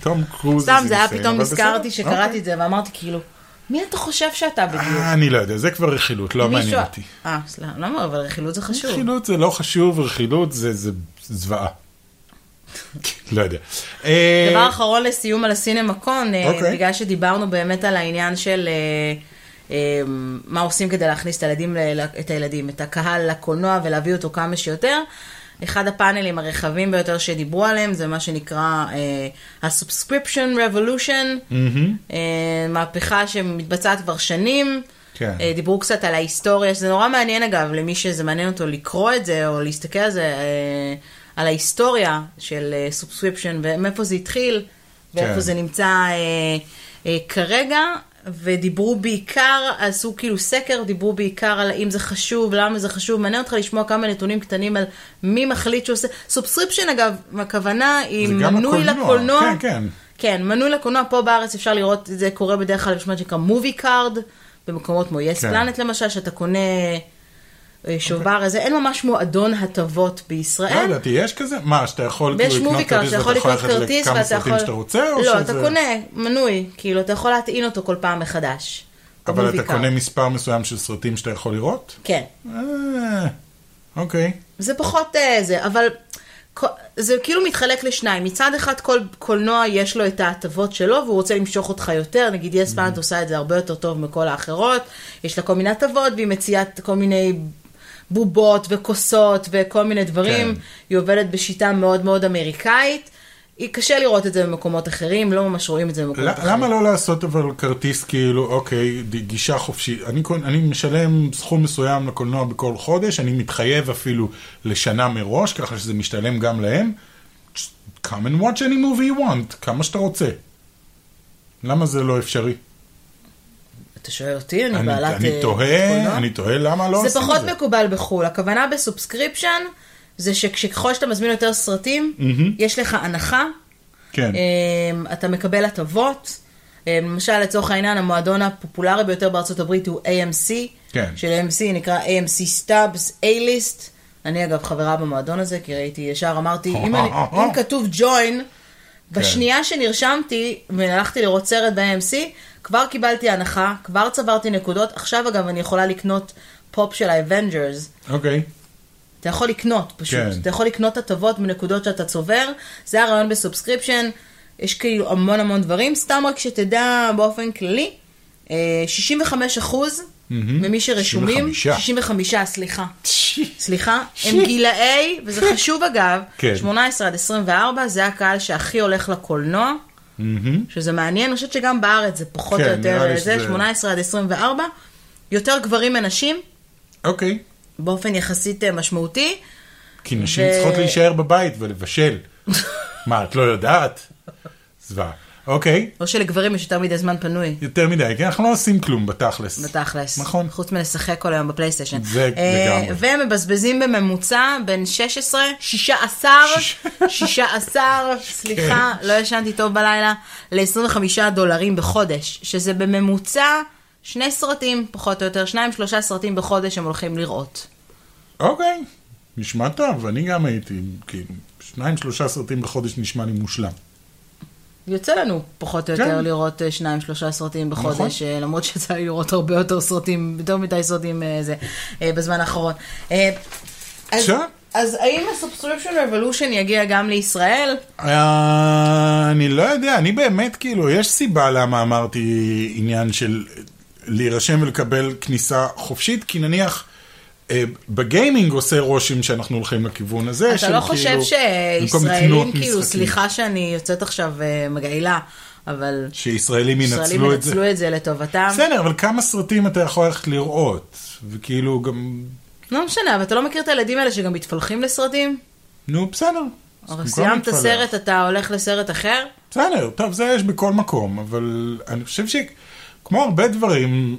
B: תום קרוז...
A: סתם, זה היה
B: ניסיון,
A: פתאום
B: אבל בסדר.
A: נזכרתי שקראתי
B: אוקיי.
A: את זה ואמרתי כאילו, מי אתה חושב שאתה בדיוק?
B: אה, אני לא יודע, זה כבר רכילות, לא
A: מישהו-
B: מעניין אותי.
A: אה, סליחה, למה? אבל רכילות זה חשוב.
B: רכילות זה לא חשוב, רכילות זה זה זוועה. לא יודע. אה,
A: דבר אחרון לסיום על הסינמקון, אה,
B: אוקיי.
A: בגלל שדיברנו באמת על העניין של אה, אה, מה עושים כדי להכניס את הילדים, ל- את הילדים, את הקהל לקולנוע ולהביא אותו כמה שיותר. אחד הפאנלים הרחבים ביותר שדיברו עליהם זה מה שנקרא אה, ה-subscription revolution, אה, מהפכה שמתבצעת כבר שנים.
B: כן.
A: אה, דיברו קצת על ההיסטוריה, שזה נורא מעניין אגב, למי שזה מעניין אותו לקרוא את זה או להסתכל על זה, אה, על ההיסטוריה של סובסקריפשן ומאיפה זה התחיל, ואיפה
B: כן.
A: זה נמצא אה, אה, כרגע, ודיברו בעיקר, עשו כאילו סקר, דיברו בעיקר על אם זה חשוב, למה זה חשוב, מעניין אותך לשמוע כמה נתונים קטנים על מי מחליט שעושה, סובסקריפשן אגב, הכוונה היא
B: זה גם
A: מנוי
B: הקולנוע,
A: לקולנוע.
B: כן, כן.
A: כן, מנוי לקולנוע פה בארץ אפשר לראות את זה קורה בדרך כלל בשמה שנקרא מובי קארד, במקומות כמו יס
B: כן. אוקיי.
A: פלנט למשל, שאתה קונה אה, שובר הזה, אין ממש מועדון הטבות
B: לא
A: בישראל.
B: ידעתי, יש כזה? מה, שאתה יכול
A: ויש
B: כאילו לקנות
A: מובי קארד,
B: כרטיס
A: אתה יכול
B: ואתה יכול
A: לקנות כרטיס
B: ללכת לכמה
A: ואתה יכול...
B: סרטים שאתה רוצה? או
A: לא,
B: שזה-
A: אתה קונה מנוי, כאילו, אתה יכול להטעין אותו כל פעם מחדש.
B: אבל
A: במובי
B: אתה
A: קארד.
B: קונה מספר מסוים של סרטים שאתה יכול לראות?
A: כן.
B: אה, אוקיי.
A: זה פחות אה, זה, אבל כ- זה כאילו מתחלק לשניים. מצד אחד כל קולנוע יש לו את ההטבות שלו והוא רוצה למשוך אותך יותר, נגיד
B: Mm-hmm.
A: יס פאנט עושה את זה הרבה יותר טוב מכל האחרות, יש לה כל מיני הטבות והיא מציעה כל מיני בובות וכוסות וכל מיני דברים,
B: כן.
A: היא עובדת בשיטה מאוד מאוד אמריקאית. היא קשה לראות את זה במקומות אחרים, לא ממש רואים את זה במקומות
B: ל-
A: אחרים.
B: למה לא לעשות אבל כרטיס כאילו, אוקיי, ד- גישה חופשית? אני, קונ- אני משלם סכום מסוים לקולנוע בכל חודש, אני מתחייב אפילו לשנה מראש, ככה שזה משתלם גם להם. Just come and watch any movie you want, כמה שאתה רוצה. למה זה לא אפשרי?
A: אתה שואל אותי, אני,
B: אני,
A: בעלת...
B: אני
A: אה,
B: תוהה,
A: קולנוע.
B: אני תוהה למה לא
A: זה
B: עושים
A: פחות
B: את זה.
A: מקובל בחו"ל, הכוונה בסובסקריפשן זה שככל שאתה מזמין יותר סרטים, יש לך הנחה,
B: כן.
A: אמ, אתה מקבל הטבות. אמ, למשל, לצורך העניין, המועדון הפופולרי ביותר בארצות הברית הוא AMC,
B: כן.
A: של AMC נקרא AMC Stubs A-List. אני אגב חברה במועדון הזה, כי ראיתי ישר, אמרתי, אם, אני,
B: (laughs)
A: אם כתוב join,
B: כן.
A: בשנייה שנרשמתי והלכתי לראות סרט ב-AMC, כבר קיבלתי הנחה, כבר צברתי נקודות. עכשיו אגב אני יכולה לקנות פופ של האבנג'רס. (laughs)
B: אוקיי.
A: אתה יכול לקנות פשוט,
B: כן.
A: כן. אתה יכול לקנות הטבות מנקודות שאתה צובר, זה הרעיון בסובסקריפשן, יש כאילו המון המון דברים, סתם רק שתדע באופן כללי, אה, 65 אחוז ממי שרשומים,
B: 65.
A: 65 סליחה, סליחה, הם גילאי,
B: (laughs)
A: וזה חשוב אגב,
B: כן.
A: 18 עד 24 זה הקהל שהכי הולך לקולנוע, שזה מעניין, אני חושבת שגם בארץ זה פחות
B: כן,
A: או
B: נראה
A: יותר אה,
B: לי
A: זה,
B: שזה-
A: 18 עד 24, יותר גברים מנשים,
B: אוקיי.
A: באופן יחסית אה, משמעותי.
B: כי נשים
A: ו-
B: צריכות להישאר בבית ולבשל. מה, את לא יודעת? זוועה. אוקיי,
A: או שלגברים יש יותר מדי זמן פנוי,
B: יותר מדי, כי אנחנו לא עושים כלום בתכלס.
A: בתכלס.
B: נכון.
A: חוץ מלשחק כל היום בפלייסטיישן.
B: זה
A: אה,
B: לגמרי.
A: ומבזבזים בממוצע בין 16, 16,
B: שיש-
A: 16, סליחה,
B: כן.
A: לא ישנתי טוב בלילה, ל-25 דולרים בחודש, שזה בממוצע שני סרטים, פחות או יותר, שניים, שלושה סרטים בחודש הם הולכים לראות.
B: אוקיי, נשמע טוב, אני גם הייתי, כאילו, שניים שלושה סרטים בחודש נשמע לי מושלם.
A: יוצא לנו פחות או יותר
B: כן.
A: לראות אה, שניים, שלושה סרטים בחודש,
B: נכון.
A: אה, למרות שיצא לי לראות הרבה יותר סרטים, יותר מדי סרטים אה, זה, אה, בזמן האחרון. אה, אז-
B: בסדר.
A: אז האם הסובסטריפשן רבולושן יגיע גם לישראל?
B: אה, אני לא יודע, אני באמת, כאילו, יש סיבה למה אמרתי עניין של להירשם ולקבל כניסה חופשית, כי נניח... אה, בגיימינג עושה רושם שאנחנו הולכים לכיוון הזה.
A: אתה
B: של
A: לא חושב
B: כאילו, במקום
A: שישראלים,
B: לקנות
A: כאילו,
B: משחקים.
A: סליחה שאני יוצאת עכשיו אה, מגעילה, אבל
B: שישראלים
A: ישראלים
B: ינצלו את זה.
A: ינצלו את זה לטובתם.
B: בסדר, אבל כמה סרטים אתה יכול ללכת לראות? וכאילו גם...
A: לא משנה, אבל אתה לא מכיר את הילדים האלה שגם מתפלחים לסרטים?
B: נו, בסדר. אז
A: הרי
B: במקום
A: סיימת
B: להתפלח.
A: סרט, אתה הולך לסרט אחר?
B: בסדר, טוב, זה יש בכל מקום, אבל אני חושב שכמו הרבה דברים,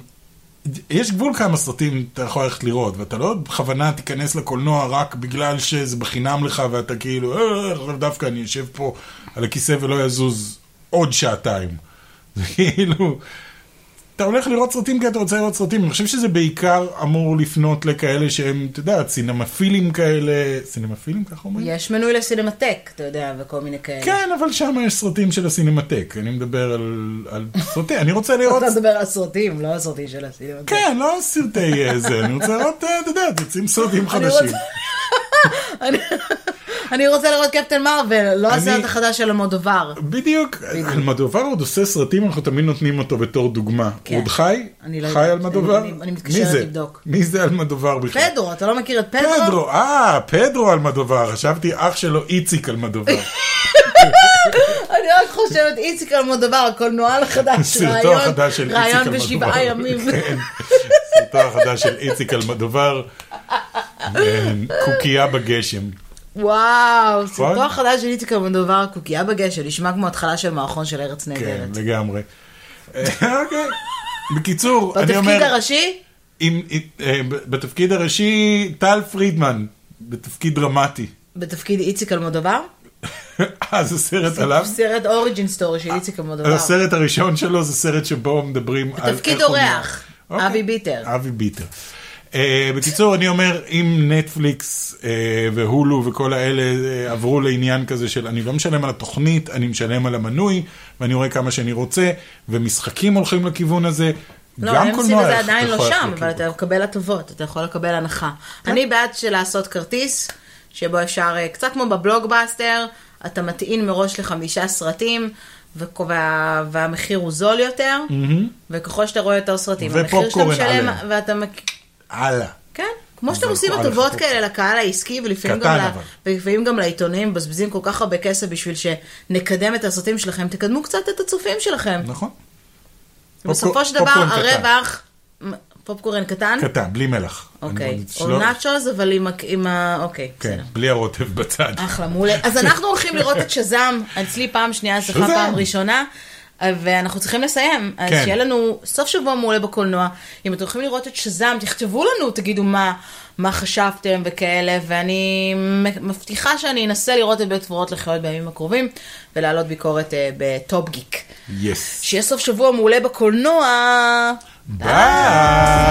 B: יש גבול כמה סרטים אתה יכול ללכת לראות, ואתה לא בכוונה תיכנס לקולנוע רק בגלל שזה בחינם לך ואתה כאילו, "אה, אבל דווקא אני יושב פה על הכיסא ולא יזוז עוד שעתיים. (laughs) זה כאילו, אתה הולך לראות סרטים כי אתה רוצה לראות סרטים, אני חושב שזה בעיקר אמור לפנות לכאלה שהם, אתה יודע, סינמפילים כאלה, סינמפילים ככה אומרים?
A: יש מנוי לסינמטק, אתה יודע, וכל מיני כאלה.
B: כן, אבל שם יש סרטים של הסינמטק, אני מדבר על, על סרטים, אני רוצה לראות
A: אתה מדבר על סרטים, לא על סרטים של הסינמטק.
B: כן, לא סרטי אה, זה, אני רוצה לראות, אה, אתה יודע, יוצאים סרטים חדשים.
A: רוצה- אני- אני רוצה לראות קפטן מרוויל, לא
B: אני-
A: הסרט החדש של המודובר.
B: בדיוק, אלמדובר עוד עושה סרטים, אנחנו תמיד נותנים אותו בתור דוגמה.
A: כן.
B: הוא עוד חי?
A: אני לא
B: חי
A: יודעת,
B: אלמדובר?
A: אני- אני- אני
B: מי
A: מתקשרת
B: זה?
A: לבדוק.
B: מי זה אלמדובר בכלל?
A: פדרו, אתה לא מכיר את פדרו?
B: פדרו, אה, פדרו אלמדובר, חשבתי אח שלו איציק אלמדובר.
A: אני רק חושבת, איציק אלמודובר, הקולנוען החדש,
B: (laughs) סרטו
A: רעיון-
B: החדש של איציק אלמדובר.
A: רעיון בשבעה ימים.
B: כן, סרטו החדש של איציק אלמדובר. כן, קוקייה בגשם.
A: וואו, סרטו
B: נכון?
A: החדש של איציק אלמודובר, קוקייה בגשם, נשמע כמו התחלה של מערכון של ארץ
B: כן,
A: נהדרת.
B: לגמרי. אה, אוקיי. בקיצור, אני אומר...
A: בתפקיד הראשי?
B: עם, עם, אה, בתפקיד הראשי, טל פרידמן, בתפקיד דרמטי. (laughs)
A: בתפקיד איציק אלמודובר?
B: אז הסרט עליו,
A: סרט אוריג'ין סטורי של איציק אלמודובר.
B: הסרט הראשון שלו זה סרט שבו מדברים על...
A: בתפקיד
B: איך הוא נראה.
A: אורח,
B: אוקיי.
A: אבי ביטר.
B: אבי ביטר. אה, בקיצור, אני אומר, אם נטפליקס אה, והולו וכל האלה אה, עברו לעניין כזה של אני לא משלם על התוכנית, אני משלם על המנוי, ואני רואה כמה שאני רוצה, ומשחקים הולכים לכיוון הזה,
A: לא,
B: גם
A: ה-MC
B: קולנוע
A: הזה עדיין
B: יכול
A: לא
B: ללכת
A: שם, אבל
B: לכיוון.
A: אתה מקבל הטבות, אתה יכול לקבל הנחה.
B: כן.
A: אני בעד של לעשות כרטיס, שבו אפשר, אה, קצת כמו בבלוגבאסטר, אתה מטעין מראש לחמישה סרטים, וכו- וה- והמחיר הוא זול יותר, וככל שאתה רואה יותר סרטים, המחיר שאתה
B: ופופקורן
A: משלם,
B: עליהם.
A: ואתה... מק-
B: הלאה.
A: כן, כמו שאתם
B: אבל
A: עושים
B: קורא לך
A: הטובות
B: פה.
A: כאלה לקהל העסקי, ולפעמים
B: קטן,
A: גם, ל...
B: אבל.
A: ולפעמים גם לעיתונאים מבזבזים כל כך הרבה כסף בשביל שנקדם את הסרטים שלכם, תקדמו קצת את הצופים שלכם.
B: נכון.
A: בסופו
B: פופקורן-
A: של דבר,
B: פופקורן קטן.
A: הרווח... פופקורן קטן?
B: קטן, בלי מלח. אני
A: אוקיי.
B: עוד
A: או
B: לא-
A: נאצ'וז, אבל עם ה- עם ה... אוקיי,
B: כן,
A: בסדר.
B: בלי הרוטב בצד.
A: אחלה,
B: (laughs)
A: מעולה. אז אנחנו הולכים לראות את שזאם, אצלי פעם שנייה, אצלך
B: שזאם.
A: פעם ראשונה. ואנחנו צריכים לסיים, אז
B: כן.
A: שיהיה לנו סוף שבוע מעולה בקולנוע. אם אתם הולכים לראות את שזאם, תכתבו לנו, תגידו מה, מה חשבתם וכאלה, ואני מ- מבטיחה שאני אנסה לראות את בית תבורות לחיות בימים הקרובים, ולהעלות ביקורת uh, בטופ גיק.
B: יס.
A: שיהיה סוף שבוע מעולה בקולנוע!
B: ביי!